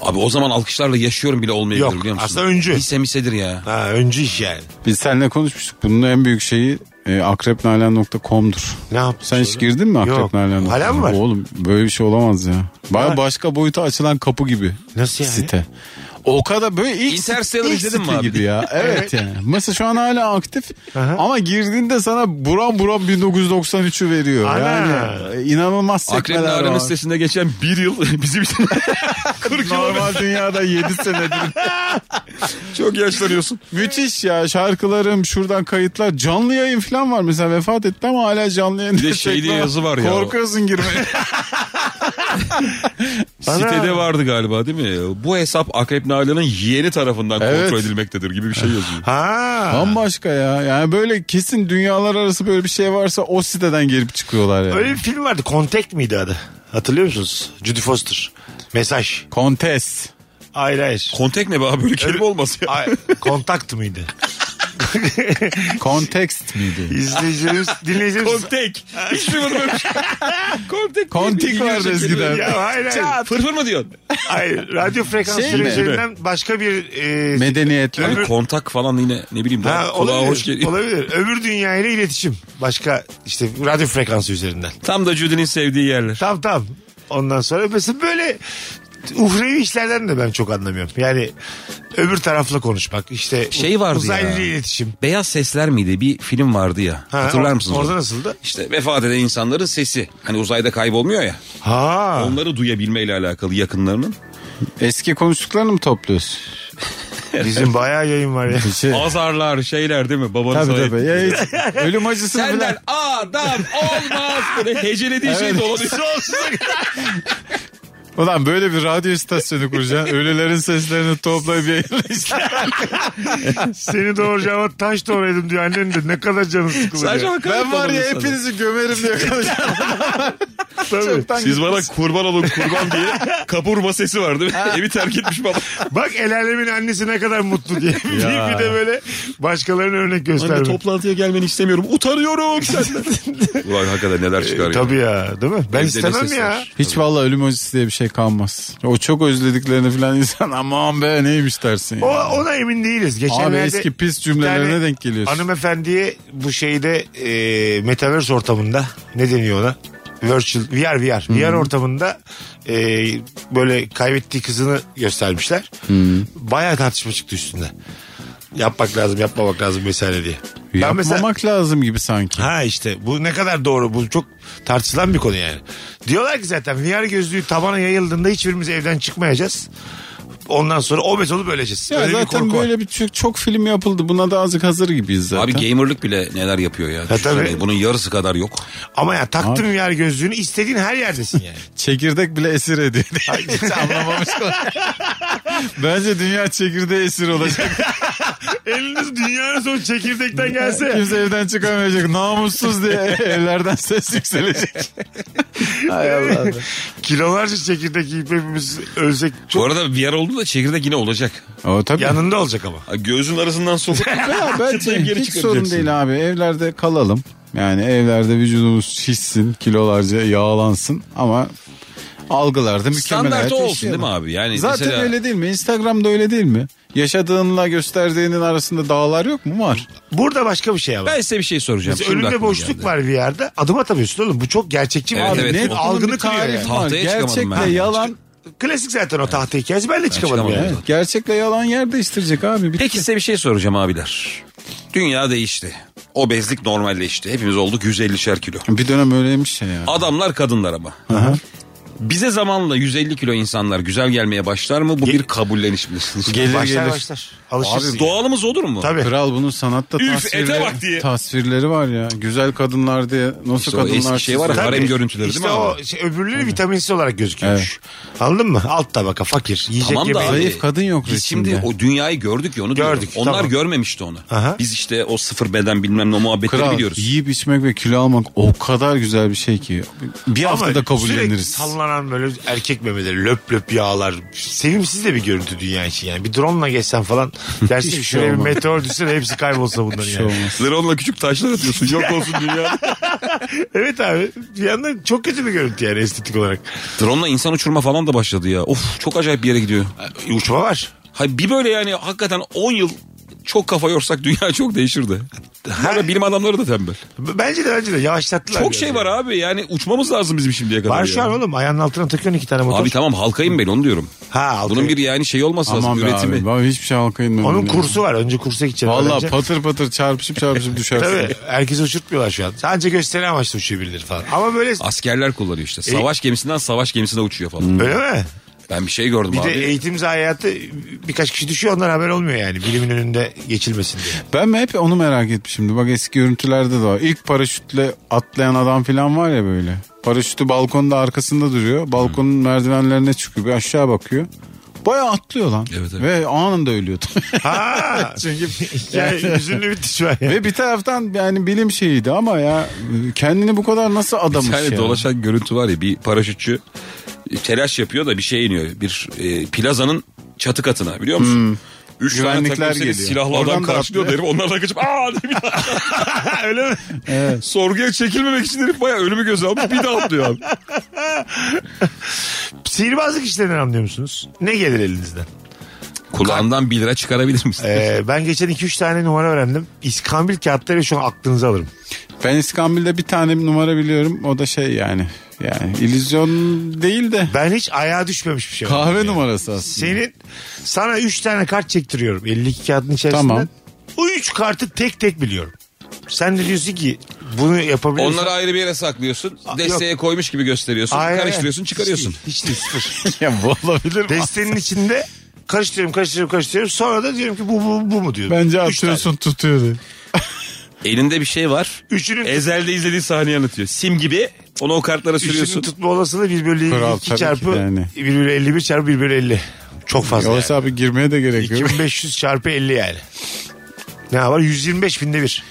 Abi o zaman alkışlarla yaşıyorum bile olmayabilir Yok, biliyor musun? aslında öncü. Lise misedir ya. Ha öncü iş yani. biz seninle konuşmuştuk. Bunun en büyük şeyi e, akrepnalan.com'dur. Ne yaptın? Sen hiç sonra? girdin mi Yok. akrepnalan.com'a? Hala mı var? Oğlum böyle bir şey olamaz ya. Baya Var. başka boyuta açılan kapı gibi. Nasıl yani? Site. O kadar böyle ilk, Interstellar ilk izledin mi site abi? gibi ya. Evet yani. Mesela şu an hala aktif ama girdiğinde sana buram buram 1993'ü veriyor. Ana. Yani e, inanılmaz Akrep sekmeler Nalan'ın var. sitesinde geçen bir yıl bizim için 40 yıl Normal dünyada 7 senedir çok yaşlanıyorsun. Müthiş ya şarkılarım şuradan kayıtlar canlı yayın falan var mesela vefat etti ama hala canlı yayın. de şey diye yazı var ya. Korkuyorsun girmeye. Sitede vardı galiba değil mi? Bu hesap Akrep Nalan'ın yeğeni tarafından Evet. kontrol edilmektedir gibi bir şey yazıyor. Ha. Bambaşka ya yani böyle kesin dünyalar arası böyle bir şey varsa o siteden gelip çıkıyorlar yani. Öyle bir film vardı. Contact miydi adı? Hatırlıyor musunuz? Judy Foster. Mesaj. Kontes. Hayır hayır. Kontek ne be abi böyle kelime olmaz ya. Ay, kontakt mıydı? Kontekst miydi? İzleyicilerimiz, dinleyicilerimiz. Kontek. Hiç duymadım öyle bir şey. Kontek. Kontik vardı eskiden. ya hayır hayır. Fırfır mı diyorsun? hayır. Radyo frekansları Şey mi? üzerinden başka bir... E, Medeniyetler. Yani kontak falan yine ne bileyim daha Ha, kulağa olabilir, hoş geliyor. olabilir. Öbür dünya ile iletişim. Başka işte radyo frekansı üzerinden. Tam da Judy'nin sevdiği yerler. Tam tam. Ondan sonra mesela böyle uhrevi işlerden de ben çok anlamıyorum. Yani öbür tarafla konuşmak işte Şey vardı uzaylı ya. ile iletişim. Beyaz Sesler miydi? Bir film vardı ya. Ha, Hatırlar or- mısınız? Orada onu? nasıldı? İşte vefat eden insanların sesi. Hani uzayda kaybolmuyor ya. Ha. Onları duyabilmeyle alakalı yakınlarının. Eski konuştuklarını mı topluyorsun? Bizim bayağı yayın var ya. Şey. Azarlar şeyler değil mi? Babanız Tabii tabii. Ya hiç- ölüm acısını Senden bilen- adam olmaz. Böyle hecelediği şey de olabilir. Ulan böyle bir radyo istasyonu kuracaksın. Ölülerin seslerini toplayıp yayınlayacaksın. Seni doğuracağıma taş doğraydım diyor annen de ne kadar canı sıkılacak. Sadece hakaret Ben var ya olmadı sana. hepinizi gömerim diye konuşuyorum. Tabii. Siz bana kurban olun kurban diye kapurma sesi var değil mi? Evi terk etmiş baba. Bak el alemin annesi ne kadar mutlu diye. bir, bir de böyle başkalarına örnek göstermek. toplantıya gelmeni istemiyorum. Utanıyorum senden. Ulan hakikaten neler çıkar ya. Tabii ya değil mi? Ben Evde ne istemem ses ya. var? Hiç vallahi ölüm acısı diye bir şey kalmaz. O çok özlediklerini falan insan aman be neymiş dersin. O, ya. ona emin değiliz. Geçenlerde Abi eski pis cümlelerine denk geliyorsun. Hanımefendiye bu şeyde e, metaverse ortamında ne deniyor ona? Virtual, VR, VR. VR ortamında e, böyle kaybettiği kızını göstermişler. Bayağı tartışma çıktı üstünde. Yapmak lazım, yapmamak lazım vesaire diye. Ben mesela- Yapmamak lazım gibi sanki. Ha işte bu ne kadar doğru bu çok tartışılan bir konu yani. Diyorlar ki zaten VR gözlüğü tabana yayıldığında hiçbirimiz evden çıkmayacağız. Ondan sonra obez olup öleceğiz. Ya Öyle bir zaten korku var. böyle bir çok, çok film yapıldı. Buna da azıcık hazır gibiyiz zaten. Abi gamerlık bile neler yapıyor ya. Düşünsene, tabii. Bunun yarısı kadar yok. Ama ya taktım VR gözlüğünü istediğin her yerdesin yani. Çekirdek bile esir ediyor. Hiç anlamamış Bence dünya çekirdeği esir olacak. Eliniz dünyanın son çekirdekten gelse. Kimse evden çıkamayacak. Namussuz diye evlerden ses yükselecek. Hay Allah. Kilolarca çekirdek yiyip hepimiz ölsek Bu çok arada VR oldu da çekirdek yine olacak. O tabii. yanında olacak ama. Ha, Gözün arasından sokup Ya bence Zıplayıp geri hiç sorun çıkaracaksın. değil abi. Evlerde kalalım. Yani evlerde vücudumuz şişsin, kilolarca yağlansın ama algılarda mükemmel hayat standart o olsun değil yaşayalım. mi abi? Yani şey Zaten mesela öyle değil mi? Instagram'da öyle değil mi? Yaşadığınla gösterdiğinin arasında dağlar yok mu? Var. Burada başka bir şey ama. ben size bir şey soracağım. Mesela Şimdi önünde aklıma boşluk geldi. var VR'da. Adım atamıyorsun oğlum. Bu çok gerçekçi bir Evet, algı. evet. Net bu- algını Algını bir kırıyor tarifi yani. var. Tahtaya çıkamadım ben. Gerçekle yalan Klasik zaten o tahta hikayesi. Ben de çıkamadım çıkamadım. yani. Evet, gerçekle yalan yer değiştirecek abi. Bitti. Peki size bir şey soracağım abiler. Dünya değişti. Obezlik normalleşti. Hepimiz olduk 150'şer kilo. Bir dönem öyleymiş ya. Adamlar kadınlar ama. Bize zamanla 150 kilo insanlar güzel gelmeye başlar mı? Bu bir kabulleniş bilirsiniz. Gelir Başlar gelir. başlar. Alışırsın. Abi doğalımız olur mu? Tabii. Kral bunun sanatta Üf, ete tasvirleri, bak diye. tasvirleri var ya. Güzel kadınlar diye. Nasıl İşte o kadınlar? eski şey var ya, siz- harem Tabii. görüntüleri İşte değil mi o abi? şey, öbürleri vitaminsiz olarak gözüküyormuş. Anladın mı? Alt tabaka fakir. Yiyecek Tamam da yemeği. abi, Zayıf kadın yok biz resimde. şimdi o dünyayı gördük ya onu Gördük, gördük. Onlar tamam. görmemişti onu. Aha. Biz işte o sıfır beden bilmem ne muhabbetleri Kral biliyoruz. yiyip içmek ve kilo almak o kadar güzel bir şey ki. Bir Ama haftada sürekli kabulleniriz. sallanan böyle erkek memeleri löp löp yağlar. Sevimsiz de bir görüntü dünya için yani. Bir drone ile geçsen falan dersin Hiçbir ki şey şöyle bir olmaz. meteor düşse de hepsi kaybolsa bunların Hiç yani. olmaz. Drone'la küçük taşlar atıyorsun yok olsun dünya. Evet abi bir yandan çok kötü bir görüntü yani estetik olarak. Drone'la insan uçurma falan da başladı ya. Of çok acayip bir yere gidiyor. Uçma var. Hay bir böyle yani hakikaten 10 yıl çok kafa yorsak dünya çok değişirdi. Böyle bilim adamları da tembel. B- Bence de bence de yavaşlattılar. Çok biraz şey yani. var abi yani uçmamız lazım bizim şimdiye kadar. Var şu ya. an oğlum ayağının altına takıyorsun iki tane motor. Abi tamam halkayım ben onu diyorum. Ha, halkayım. Bunun bir yani şey olması Aman lazım be üretimi. abi. Ben hiçbir şey halka inmedim. Onun ya. kursu var. Önce kursa gideceksin. Valla öğreneceksin. patır patır çarpışıp çarpışıp düşersin. Tabii herkes uçurtmuyorlar şu an. Sadece gösteri amaçlı uçuyor birileri falan. Ama böyle Askerler kullanıyor işte. E- Savaş gemisinden savaş gemisine uçuyor falan. Hmm. öyle mi? Ben bir şey gördüm Bir abi. de eğitim zayiatı birkaç kişi düşüyor ondan haber olmuyor yani. Bilimin önünde geçilmesin diye. Ben mi hep onu merak etmişimdi. Bak eski görüntülerde de var. İlk paraşütle atlayan adam falan var ya böyle. Paraşütü balkonda arkasında duruyor. Balkonun merdivenlerine çıkıyor. Bir aşağı bakıyor. Baya atlıyor lan. Evet, evet. Ve anında ölüyordu. Ha! Çünkü yani üzünlü bitiş var ya. Ve bir taraftan yani bilim şeyiydi ama ya kendini bu kadar nasıl adamış bir tane ya. dolaşan görüntü var ya bir paraşütçü telaş yapıyor da bir şey iniyor. Bir e, plazanın çatı katına biliyor musun? Üç Hmm. Güvenlikler tane takım seni geliyor. silahlı Oradan adam da karşılıyor atlıyor. derim. Onlar da kaçıp aa diye bir daha. Öyle mi? Sorguya çekilmemek için herif bayağı ölümü göze almış bir daha atlıyor abi. Sihirbazlık işlerinden anlıyor musunuz? Ne gelir elinizden? Kulağından bir lira çıkarabilir misin? Ee, ben geçen 2-3 tane numara öğrendim. İskambil kağıtları şu an aklınıza alırım. Ben İskambil'de bir tane numara biliyorum. O da şey yani. Yani illüzyon değil de Ben hiç ayağa düşmemiş bir şey. var. kahve numarası aslında. Senin sana 3 tane kart çektiriyorum. 52 kağıdın içerisinde. Tamam. O 3 kartı tek tek biliyorum. Sen de diyorsun ki bunu yapabilirsin. Onları ayrı bir yere saklıyorsun. Aa, Desteğe koymuş gibi gösteriyorsun. Aynen. Karıştırıyorsun çıkarıyorsun. Hiç değil sıfır. Ya bu olabilir mi? Destenin içinde karıştırıyorum karıştırıyorum karıştırıyorum. Sonra da diyorum ki bu bu, bu mu diyorum. Bence Üç tane. atıyorsun tutuyor diye. Elinde bir şey var. Üçünün, Ezelde izlediği sahneyi anlatıyor. Sim gibi onu o kartlara üçünün sürüyorsun. tutma olasılığı 1 bölü Kral, 2 tabii çarpı ki yani. 1 bölü 51 çarpı 1 bölü 50. Çok fazla yani. Oysa abi girmeye de gerek yok. 2500 çarpı 50 yani. Ne var? 125 binde bir.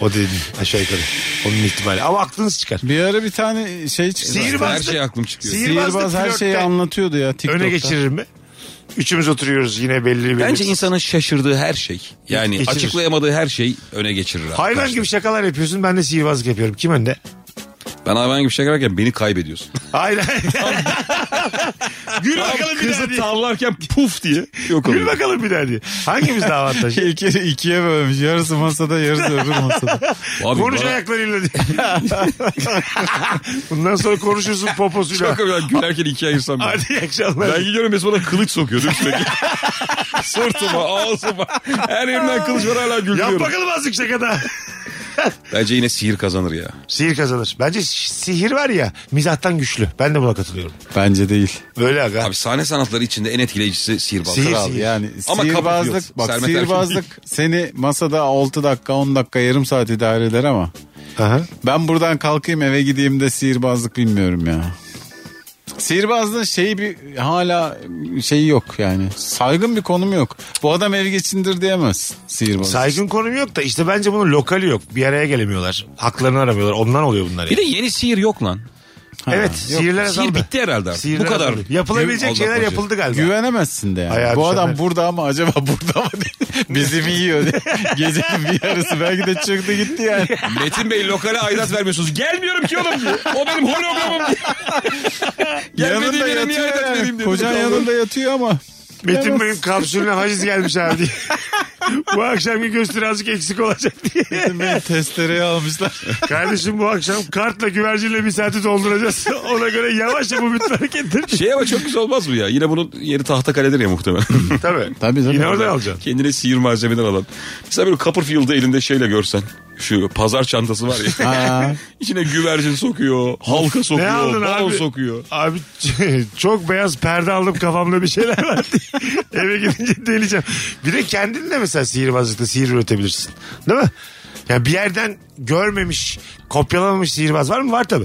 O dedin aşağı yukarı. Onun ihtimali. Ama aklınız çıkar. Bir ara bir tane şey çıktı. Sihirbaz- Her şey aklım çıkıyor. Sihir- Sihirbaz her şeyi flörtte anlatıyordu ya TikTok'ta. Öne geçirir mi? Üçümüz oturuyoruz yine belli belli. Bence insanın şaşırdığı her şey yani Geçirir. açıklayamadığı her şey öne geçirir. abi. Hayvan Karşıda. gibi şakalar yapıyorsun ben de sihirbazlık yapıyorum. Kim önde? Ben hayvan gibi şakarken beni kaybediyorsun. Aynen. Gül bakalım bir daha Kızı diye. tavlarken puf diye yok Gül oluyor. bakalım bir daha diye. Hangimiz daha Şey, avantajlı? İki, ikiye bölmüş. Yarısı masada yarısı öbür masada. Abi Konuş bana- ayaklarıyla diye. Bundan sonra konuşursun poposuyla. Çok komik. gülerken ikiye ayırsam ben. Hadi iyi akşamlar. Ben gidiyorum mesela bana kılıç sokuyor değil mi sürekli? Sırtıma, ağzıma. Her yerimden kılıç var hala Yap gülüyorum. bakalım azıcık şaka daha. Bence yine sihir kazanır ya. Sihir kazanır. Bence si- sihir var ya mizahtan güçlü. Ben de buna katılıyorum. Bence değil. Böyle aga. Abi sahne sanatları içinde en etkileyicisi sihirbaz. Sihir, Kral. sihir. Yani Ama kapatıyorsun. sihirbazlık bak Sermet sihirbazlık seni masada 6 dakika 10 dakika yarım saat idare eder ama Aha. ben buradan kalkayım eve gideyim de sihirbazlık bilmiyorum ya. Sihirbazlığın şeyi bir hala şeyi yok yani. Saygın bir konum yok. Bu adam ev geçindir diyemez sihirbaz. Saygın konum yok da işte bence bunun lokali yok. Bir araya gelemiyorlar. Haklarını aramıyorlar. Ondan oluyor bunlar. Bir Yani. de yeni sihir yok lan. evet sihirler azaldı. Sihir bitti herhalde. artık. Sihirler Bu kadar. azaldı. Yapılabilecek Gün- şeyler aldatmaca. yapıldı galiba. Güvenemezsin de yani. Ayağa Bu düşenler. adam burada mı acaba burada mı? Bizi mi yiyor diye. Gecenin bir yarısı belki de çıktı gitti yani. Metin Bey lokale aidat vermiyorsunuz. Gelmiyorum ki oğlum diye. O benim hologramım diye. Gelmediğim yanında yere niye yatıyor aidat vereyim yani. diye. Kocan yanında yatıyor ama. Metin Bey'in kapsülüne haciz gelmiş abi diye. bu akşamki gösteri azıcık eksik olacak diye. Beni testereye almışlar. Kardeşim bu akşam kartla güvercinle bir saati dolduracağız. Ona göre yavaşça bu bütün hareketleri. Şey ama çok güzel olmaz mı ya? Yine bunun yeri tahta kaledir ya muhtemelen. Tabii. Tabii, tabii. Yine oradan alacaksın. Kendine sihir malzemeden alan. Mesela böyle Copperfield'ı elinde şeyle görsen. şu pazar çantası var ya. İçine güvercin sokuyor, halka Ne aldın sokuyor, bal abi? sokuyor. Abi çok beyaz perde aldım kafamda bir şeyler var. Eve gidince deleceğim. Bir de kendin de mesela sihirbazlıkta sihir üretebilirsin. Değil mi? Ya bir yerden görmemiş, kopyalamamış sihirbaz var mı? Var tabi.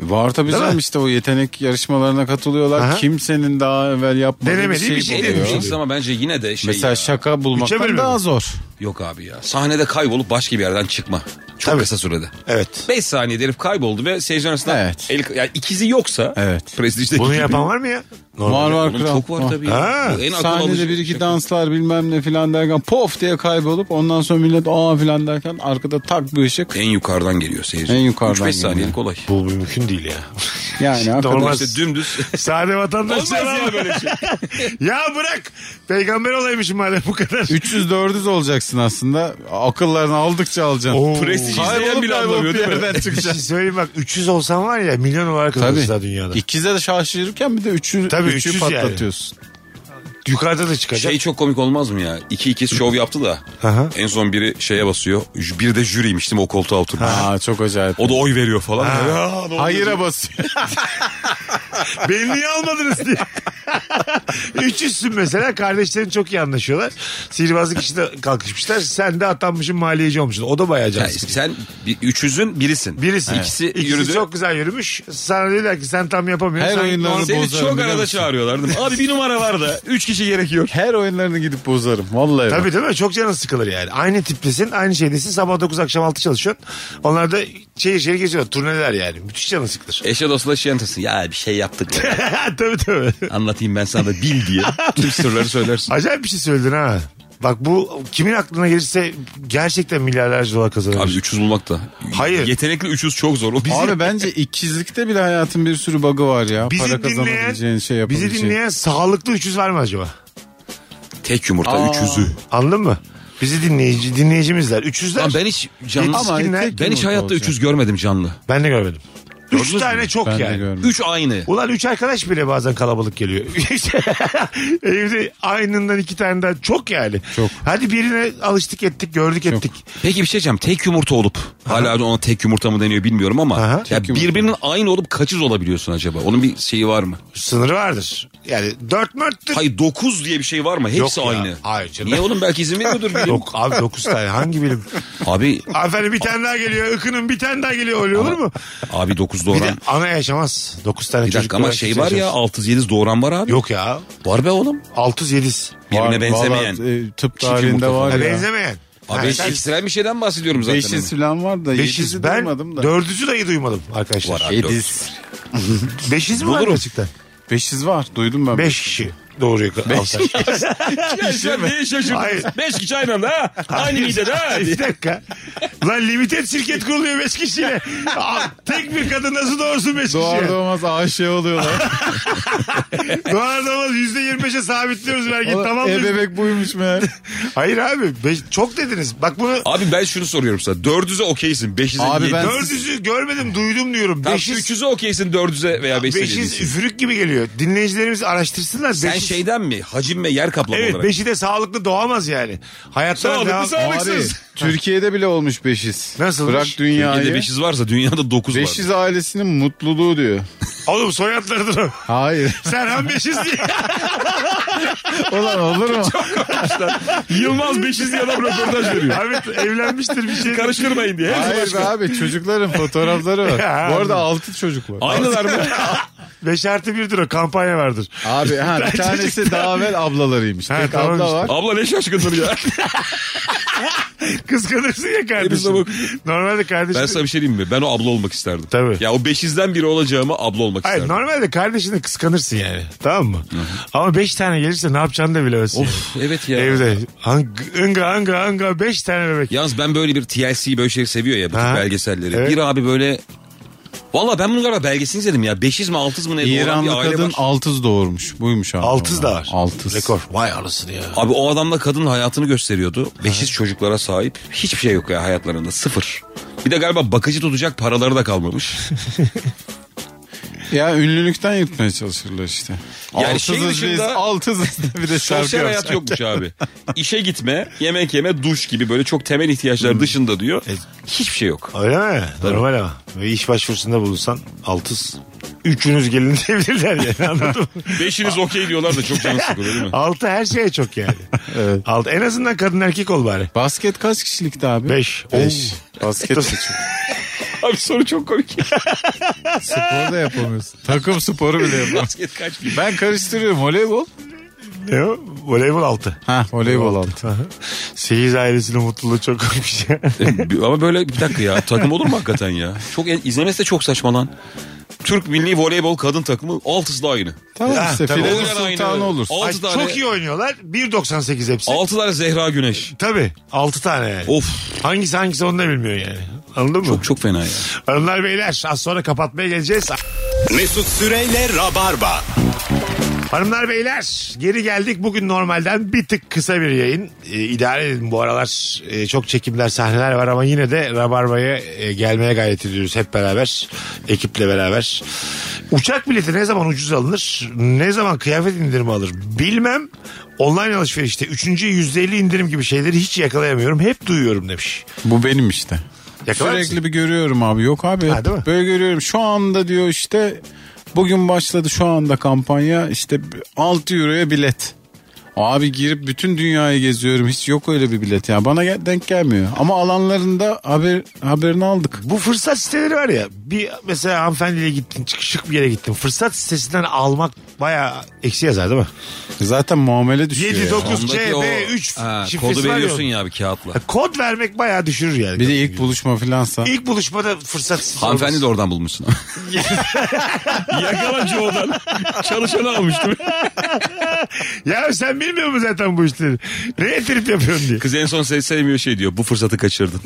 Var tabii Değil canım mi? işte o yetenek yarışmalarına katılıyorlar. Aha. Kimsenin daha evvel yapmadığı Denemediği bir bir şey, şey buluyor. denemiş. Demişsiniz ama bence yine de şey Mesela ya. şaka Üçe bulmaktan bölme daha mi? zor. Yok abi ya. Sahnede kaybolup başka bir yerden çıkma. Çok Tabii. kısa sürede. Evet. 5 saniyede herif kayboldu ve seyirci arasında Evet. el, yani ikizi yoksa Evet. prestijdeki Bunu gibi- yapan var mı ya? Var var Oğlum kral. Ah. çok var tabii. ya. Ha. Bu en akıl alıcı Sahnede bir iki şey. danslar bilmem ne filan derken pof diye kaybolup ondan sonra millet aa filan derken arkada tak bir ışık. En yukarıdan geliyor seyirci. En yukarıdan 3-5 geliyor. saniyelik olay. Bu mümkün değil ya. Yani hakikaten Normal. İşte dümdüz. Sade vatandaş. Olmaz ya böyle şey. ya bırak. Peygamber olaymışım madem bu kadar. 300 400 olacaksın aslında. Akıllarını aldıkça alacaksın. Oo. Prestij izleyen Kaybolup bile kaybolup anlamıyor bir değil mi? yerden Bir şey çıkacaksın. söyleyeyim bak 300 olsan var ya milyon olarak kalırız daha Tabii. dünyada. İkize de şaşırırken bir de üçü, Tabii, üçü 300 yani. patlatıyorsun. Yukarıda da çıkacak. Şey çok komik olmaz mı ya? İki ikiz şov yaptı da Aha. en son biri şeye basıyor. Bir de jüriymiş değil mi? O koltuğa oturmuş. Aa çok acayip. O da oy veriyor falan. Hayıra basıyor. Beni niye almadınız diye. Üçüzsün mesela. Kardeşlerin çok iyi anlaşıyorlar. Sihirbazlık işine kalkışmışlar. Sen de atanmışın maliyeci olmuşsun. O da bayağı Ya cansın. sen bir, üçüzün birisin. Birisi. İkisi İkisi yürüdü. çok güzel yürümüş. Sana dediler ki sen tam yapamıyorsun. Her Sen oyunları normal- Seni Bozarım, çok biliyor arada musun? çağırıyorlar değil mi? Abi bir numara var da. Üç kişi gerekiyor. Her oyunlarını gidip bozarım. Vallahi bak. Tabii değil mi? Çok canın sıkılır yani. Aynı tiptesin, aynı şeydesin. Sabah 9 akşam 6 çalışıyorsun. Onlar da şehir şehir geziyorlar. Turneler yani. Müthiş canın sıkılır. Eşe dostla şey anlatırsın. Ya bir şey yaptık. ya. tabii tabii. Anlatayım ben sana da bil diye. Tüm sırları söylersin. Acayip bir şey söyledin ha. Bak bu kimin aklına gelirse gerçekten milyarlarca dolar kazanır. Abi 300 bulmak da. Hayır. Yetenekli 300 çok zor. O bizim- Abi bence ikizlikte bile hayatın bir sürü bug'ı var ya. Bizi Para kazanabileceğin dinleyen, şey yapabileceğin. bizi dinleyen sağlıklı 300 var mı acaba? Tek yumurta 300'ü. Anladın mı? Bizi dinleyici dinleyicimizler 300'ler. Lan ben... ben hiç canlı Ama tek ben hiç yumurta hayatta olacak. 300 görmedim canlı. de görmedim. 3 tane çok Ben de yani. görmedim. 3 aynı. Ulan 3 arkadaş bile bazen kalabalık geliyor. Evde aynından 2 tane daha çok yani. Çok. Hadi birine alıştık ettik gördük ettik. Peki bir şey diyeceğim. Tek yumurta olup hala ona tek yumurta mı deniyor bilmiyorum ama Aha. ya birbirinin aynı olup kaçız olabiliyorsun acaba? Onun bir şeyi var mı? Sınırı vardır. Yani 4 mörttür. Hayır 9 diye bir şey var mı? Hepsi Yok ya. aynı. Hayır canım. Niye oğlum belki izin veriyordur bilim. Yok abi 9 tane hangi bilim? Abi Efendim bir tane daha geliyor. Ikının bir tane daha geliyor. Öyle olur mu? abi 9 Bir de doğuran. ana yaşamaz. 9 tane Bir çocuk. dakika ama doğuran şey kimse var ya yaşamaz. 6 7 doğuran var abi. Yok ya. Var be oğlum. 600 700. Birbirine Var, benzemeyen. valla, e, tıp Çift tarihinde yumurta var Ha, ya. benzemeyen. Abi Ha, sen- ekstrem bir şeyden bahsediyorum zaten. hani. Beşiz falan var da. Beşiz Beşizi ben duymadım da. dördüzü dahi duymadım arkadaşlar. Hani Var abi, dört. Beşiz mi var Bulurum. gerçekten? Beşiz var. Duydum ben. Beş kişi. Doğru yakın. Beş Ya sen niye Hayır. şaşırdın? 5 kişi aynı anda ha. Aynı midede ha. Bir dakika. Lan limited şirket kuruluyor beş kişiyle. Aa, Tek bir kadın nasıl doğursun beş Doğar kişiye? doğmaz aşığı oluyorlar. Doğar doğmaz yüzde yirmi beşe sabitliyoruz vergi. Oğlum, Tamam mı? Ebebek buymuş meğer. Hayır abi. beş- çok dediniz. Bak bunu Abi ben şunu soruyorum sana. 400'e okeysin. 500'e Abi değil. ben- dördüzü görmedim duydum diyorum. Tam Beşiz 300'e okeysin 400'e veya 500'e Beşiz değilsin. üfürük gibi geliyor. Dinleyicilerimiz araştırsınlar. Sen Beşiz- şeyden mi? Hacim ve yer kaplama Evet olarak. beşi de sağlıklı doğamaz yani. Hayatta Sağlıklı devam- sağlıklı. Abi Sağlıksız. Türkiye'de bile olmuş beşiz. Nasılmış? Bırak Türkiye'de dünyayı. 500 varsa dünyada 9 var. Beşiz ailesinin mutluluğu diyor. Oğlum soyadlarıdır o. Hayır. Serhan Beşiz diye. Ulan olur mu? Yılmaz 500 diye adam röportaj veriyor. Ahmet evlenmiştir bir şey. Karıştırmayın diye. Hepsi Hayır be başka. abi çocukların fotoğrafları var. Ya. Bu arada 6 çocuk var. Aynılar mı? Beş artı birdir o kampanya vardır. Abi ha bir tanesi Çocuklar. daha evvel ablalarıymış. Ha, Tek tamam abla işte. var. Abla ne şaşkındır ya. Kıskanırsın ya kardeşim. bak. Normalde kardeşim. Ben sana bir şey diyeyim mi? Ben o abla olmak isterdim. Tabii. Ya o 500'den biri olacağıma abla olmak Hayır isterdim. normalde kardeşini kıskanırsın yani. Tamam mı? Ama beş tane gelirse ne yapacağını da bilemezsin. Of, yani. evet ya. Evde. Hang- Hınga hınga hınga beş tane bebek. Yalnız ben böyle bir TLC böyle şey seviyor ya bu tip Ha. belgeselleri. Evet. Bir abi böyle Valla ben bunun galiba belgesini izledim ya. 500 mi 600 mı ne? doğuran bir İranlı aile kadın var. altız doğurmuş. Buymuş abi. Altız da var. Altız. Rekor. Vay anasını ya. Abi o adamla kadın hayatını gösteriyordu. Beşiz çocuklara sahip. Hiçbir şey yok ya hayatlarında. Sıfır. Bir de galiba bakıcı tutacak paraları da kalmamış. Ya ünlülükten yırtmaya çalışırlar işte. Yani altızız şey biz, dışında- altızız diye bir de şarkı Sosyal hayat yapsak. yokmuş abi. İşe gitme, yemek yeme, duş gibi böyle çok temel Hmm. ihtiyaçlar dışında diyor. E- Hiçbir şey yok. Öyle mi? Normal ama. Ve iş başvurusunda bulunsan altız. Üçünüz gelin diyebilirler yani anladın mı? Beşiniz okey diyorlar da çok canı sıkılıyor değil mi? Altı her şeye çok yani. Evet. Altı. En azından kadın erkek ol bari. Basket kaç kişilikti abi? Beş. Beş. Basket de Dur. çok. Abi soru çok komik. Spor da yapamıyorsun. Takım sporu bile yapamıyorsun. Basket kaç bin? Ben karıştırıyorum voleybol. Ne o? Voleybol altı. Ha voleybol aldım. Seyiz ailesinin mutluluğu çok komik bir şey. Ama böyle E, bir dakika ya takım olur mu hakikaten ya? Çok izlemesi de çok saçma lan. Türk milli voleybol kadın takımı altısı da aynı. Tamam Ya, işte tamam. filenin Oynar aynı. sultanı olursun. Altı Ay, tane- çok iyi oynuyorlar. 1.98 hepsi. Altı tane Zehra Güneş. Tabii. Altı tane yani. Of Hangisi hangisi onu da bilmiyor yani. Anladın mı? çok çok fena ya. Hanımlar beyler az sonra kapatmaya geleceğiz. Mesut Süreyle Rabarba. Hanımlar beyler geri geldik. Bugün normalden bir tık kısa bir yayın. Ee, idare edin bu aralar e, çok çekimler sahneler var ama yine de Rabarba'ya e, gelmeye gayret ediyoruz hep beraber. Ekiple beraber. Uçak bileti ne zaman ucuz alınır? Ne zaman kıyafet indirimi alır? Bilmem. Online alışverişte 3. %50 indirim gibi şeyleri hiç yakalayamıyorum. Hep duyuyorum demiş. Bu benim işte. Yakalar mısın? Sürekli bir görüyorum abi. Yok abi. Ha, değil mi? Böyle görüyorum. Şu anda diyor işte bugün başladı şu anda kampanya işte 6 euroya bilet. Abi girip bütün dünyayı geziyorum. Hiç yok öyle bir bilet ya. Bana gel- denk gelmiyor. Ama alanlarında haber haberini aldık. Bu fırsat siteleri var ya. Bir mesela hanımefendiyle gittin, çıkışık bir yere gittin. Fırsat sitesinden almak bayağı eksi yazar değil mi? Zaten muamele düşüyor. 7 ya. 9 Ondaki o- CB3 Ha, şifresi Kodu var veriyorsun ya. ya bir kağıtla. Kod vermek bayağı düşürür yani. Bir de ilk buluşma filansa. İlk buluşmada fırsat sitesi Hanımefendi olmaz. de oradan bulmuşsun. Yakalan oradan. Çalışanı almıştım. Ya sen bilmiyor musun zaten bu işleri? Neye trip yapıyorsun diye. Kız en son seni sevmiyor şey diyor. Bu fırsatı kaçırdın.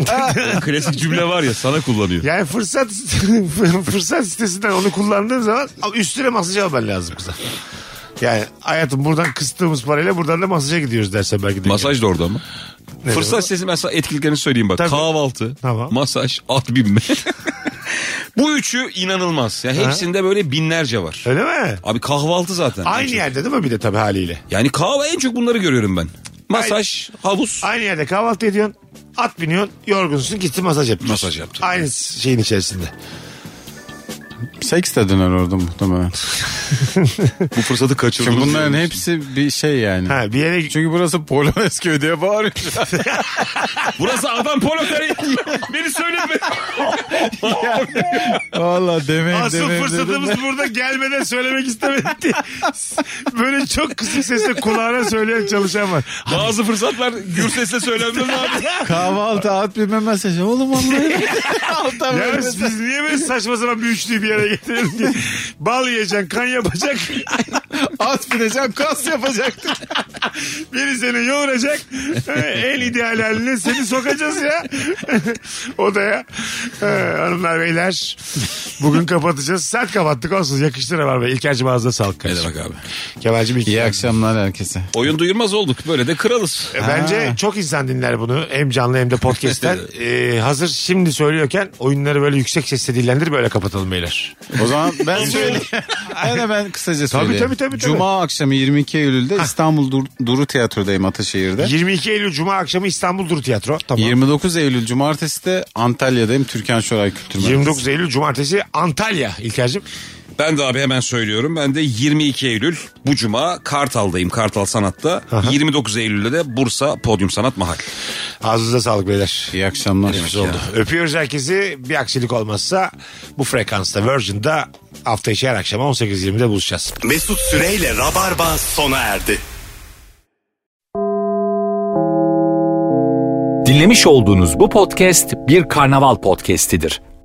O Klasik cümle var ya sana kullanıyor. Yani fırsat fırsat sitesinden onu kullandığım zaman üstüne masaj alman lazım kıza. Yani hayatım buradan kıstığımız parayla buradan da masaja gidiyoruz dersen belki de. Masaj da orada mı? Fırsat sesi mesela etkinliklerini söyleyeyim bak. Tabii. Kahvaltı, Tamam. masaj, at binme. Bu üçü inanılmaz. Ya hepsinde böyle binlerce var. Öyle mi? Abi kahvaltı zaten. En Aynı çok. yerde değil mi bir de tabii haliyle? Yani kahve en çok bunları görüyorum ben. Masaj, havuz. Aynı yerde kahvaltı ediyorsun. At biniyorsun. Yorgunsun. Gittin masaj yaptın. Masaj yaptın. Aynı şeyin içerisinde. Seks de döner orada muhtemelen. Bu fırsatı kaçırdım. Çünkü bunların hepsi bir şey yani. Ha, bir yere Çünkü burası Polonezköy diye bağırıyor. Burası adam polo karı. Beni söyleme. Valla demeyin Asıl demeyin dedim. fırsatımız burada gelmeden söylemek istemedim diye. Böyle çok kısık sesle kulağına söyleyen çalışan var. Bazı fırsatlar gür sesle söylenmez abi. Kahvaltı at bilme mesajı. Oğlum vallahi. Altan Ya vermez. biz niye böyle saçma sapan bir üçlüyü bir yere getirelim diye. Bal yiyeceksin, kan yapacak. at bineceğim kas yapacaktım. Biri seni yoğuracak. en ideal haline seni sokacağız ya. Odaya. Ee, hanımlar beyler. Bugün kapatacağız. Sert kapattık olsun. Yakıştı ne var be. İlker'cim ağzına sağlık. Ne kardeşim. demek abi? Kemal'cim iyi İyi ki- akşamlar herkese. Oyun duyurmaz olduk. Böyle de kralız. E, Bence çok insan dinler bunu. Hem canlı hem de podcast'ten. E, hazır şimdi söylüyorken oyunları böyle yüksek sesle dillendir böyle kapatalım beyler. O zaman ben söyleyeyim. ben hemen kısaca söyleyeyim. tabii, tabii, tabii. Cuma akşamı 22 Eylül'de İstanbul Dur- Duru Tiyatro'dayım Ataşehir'de. 22 Eylül Cuma akşamı İstanbul Duru Tiyatro. Tamam. 29 Eylül Cumartesi de Antalya'dayım Türkan Şoray Kültür Merkezi. 29 Eylül Cumartesi Antalya İlker'cim. Ben de abi hemen söylüyorum. Ben de 22 Eylül bu cuma Kartal'dayım. Kartal Sanat'ta. 29 Eylül'de de Bursa Podyum Sanat Mahal. Ağzınıza sağlık beyler. İyi akşamlar. Güzel oldu. Öpüyoruz herkesi. Bir aksilik olmazsa bu frekansta Virgin'da hafta içi her akşam 18.20'de buluşacağız. Mesut Süreyle Rabarba sona erdi. Dinlemiş olduğunuz bu podcast bir karnaval podcastidir.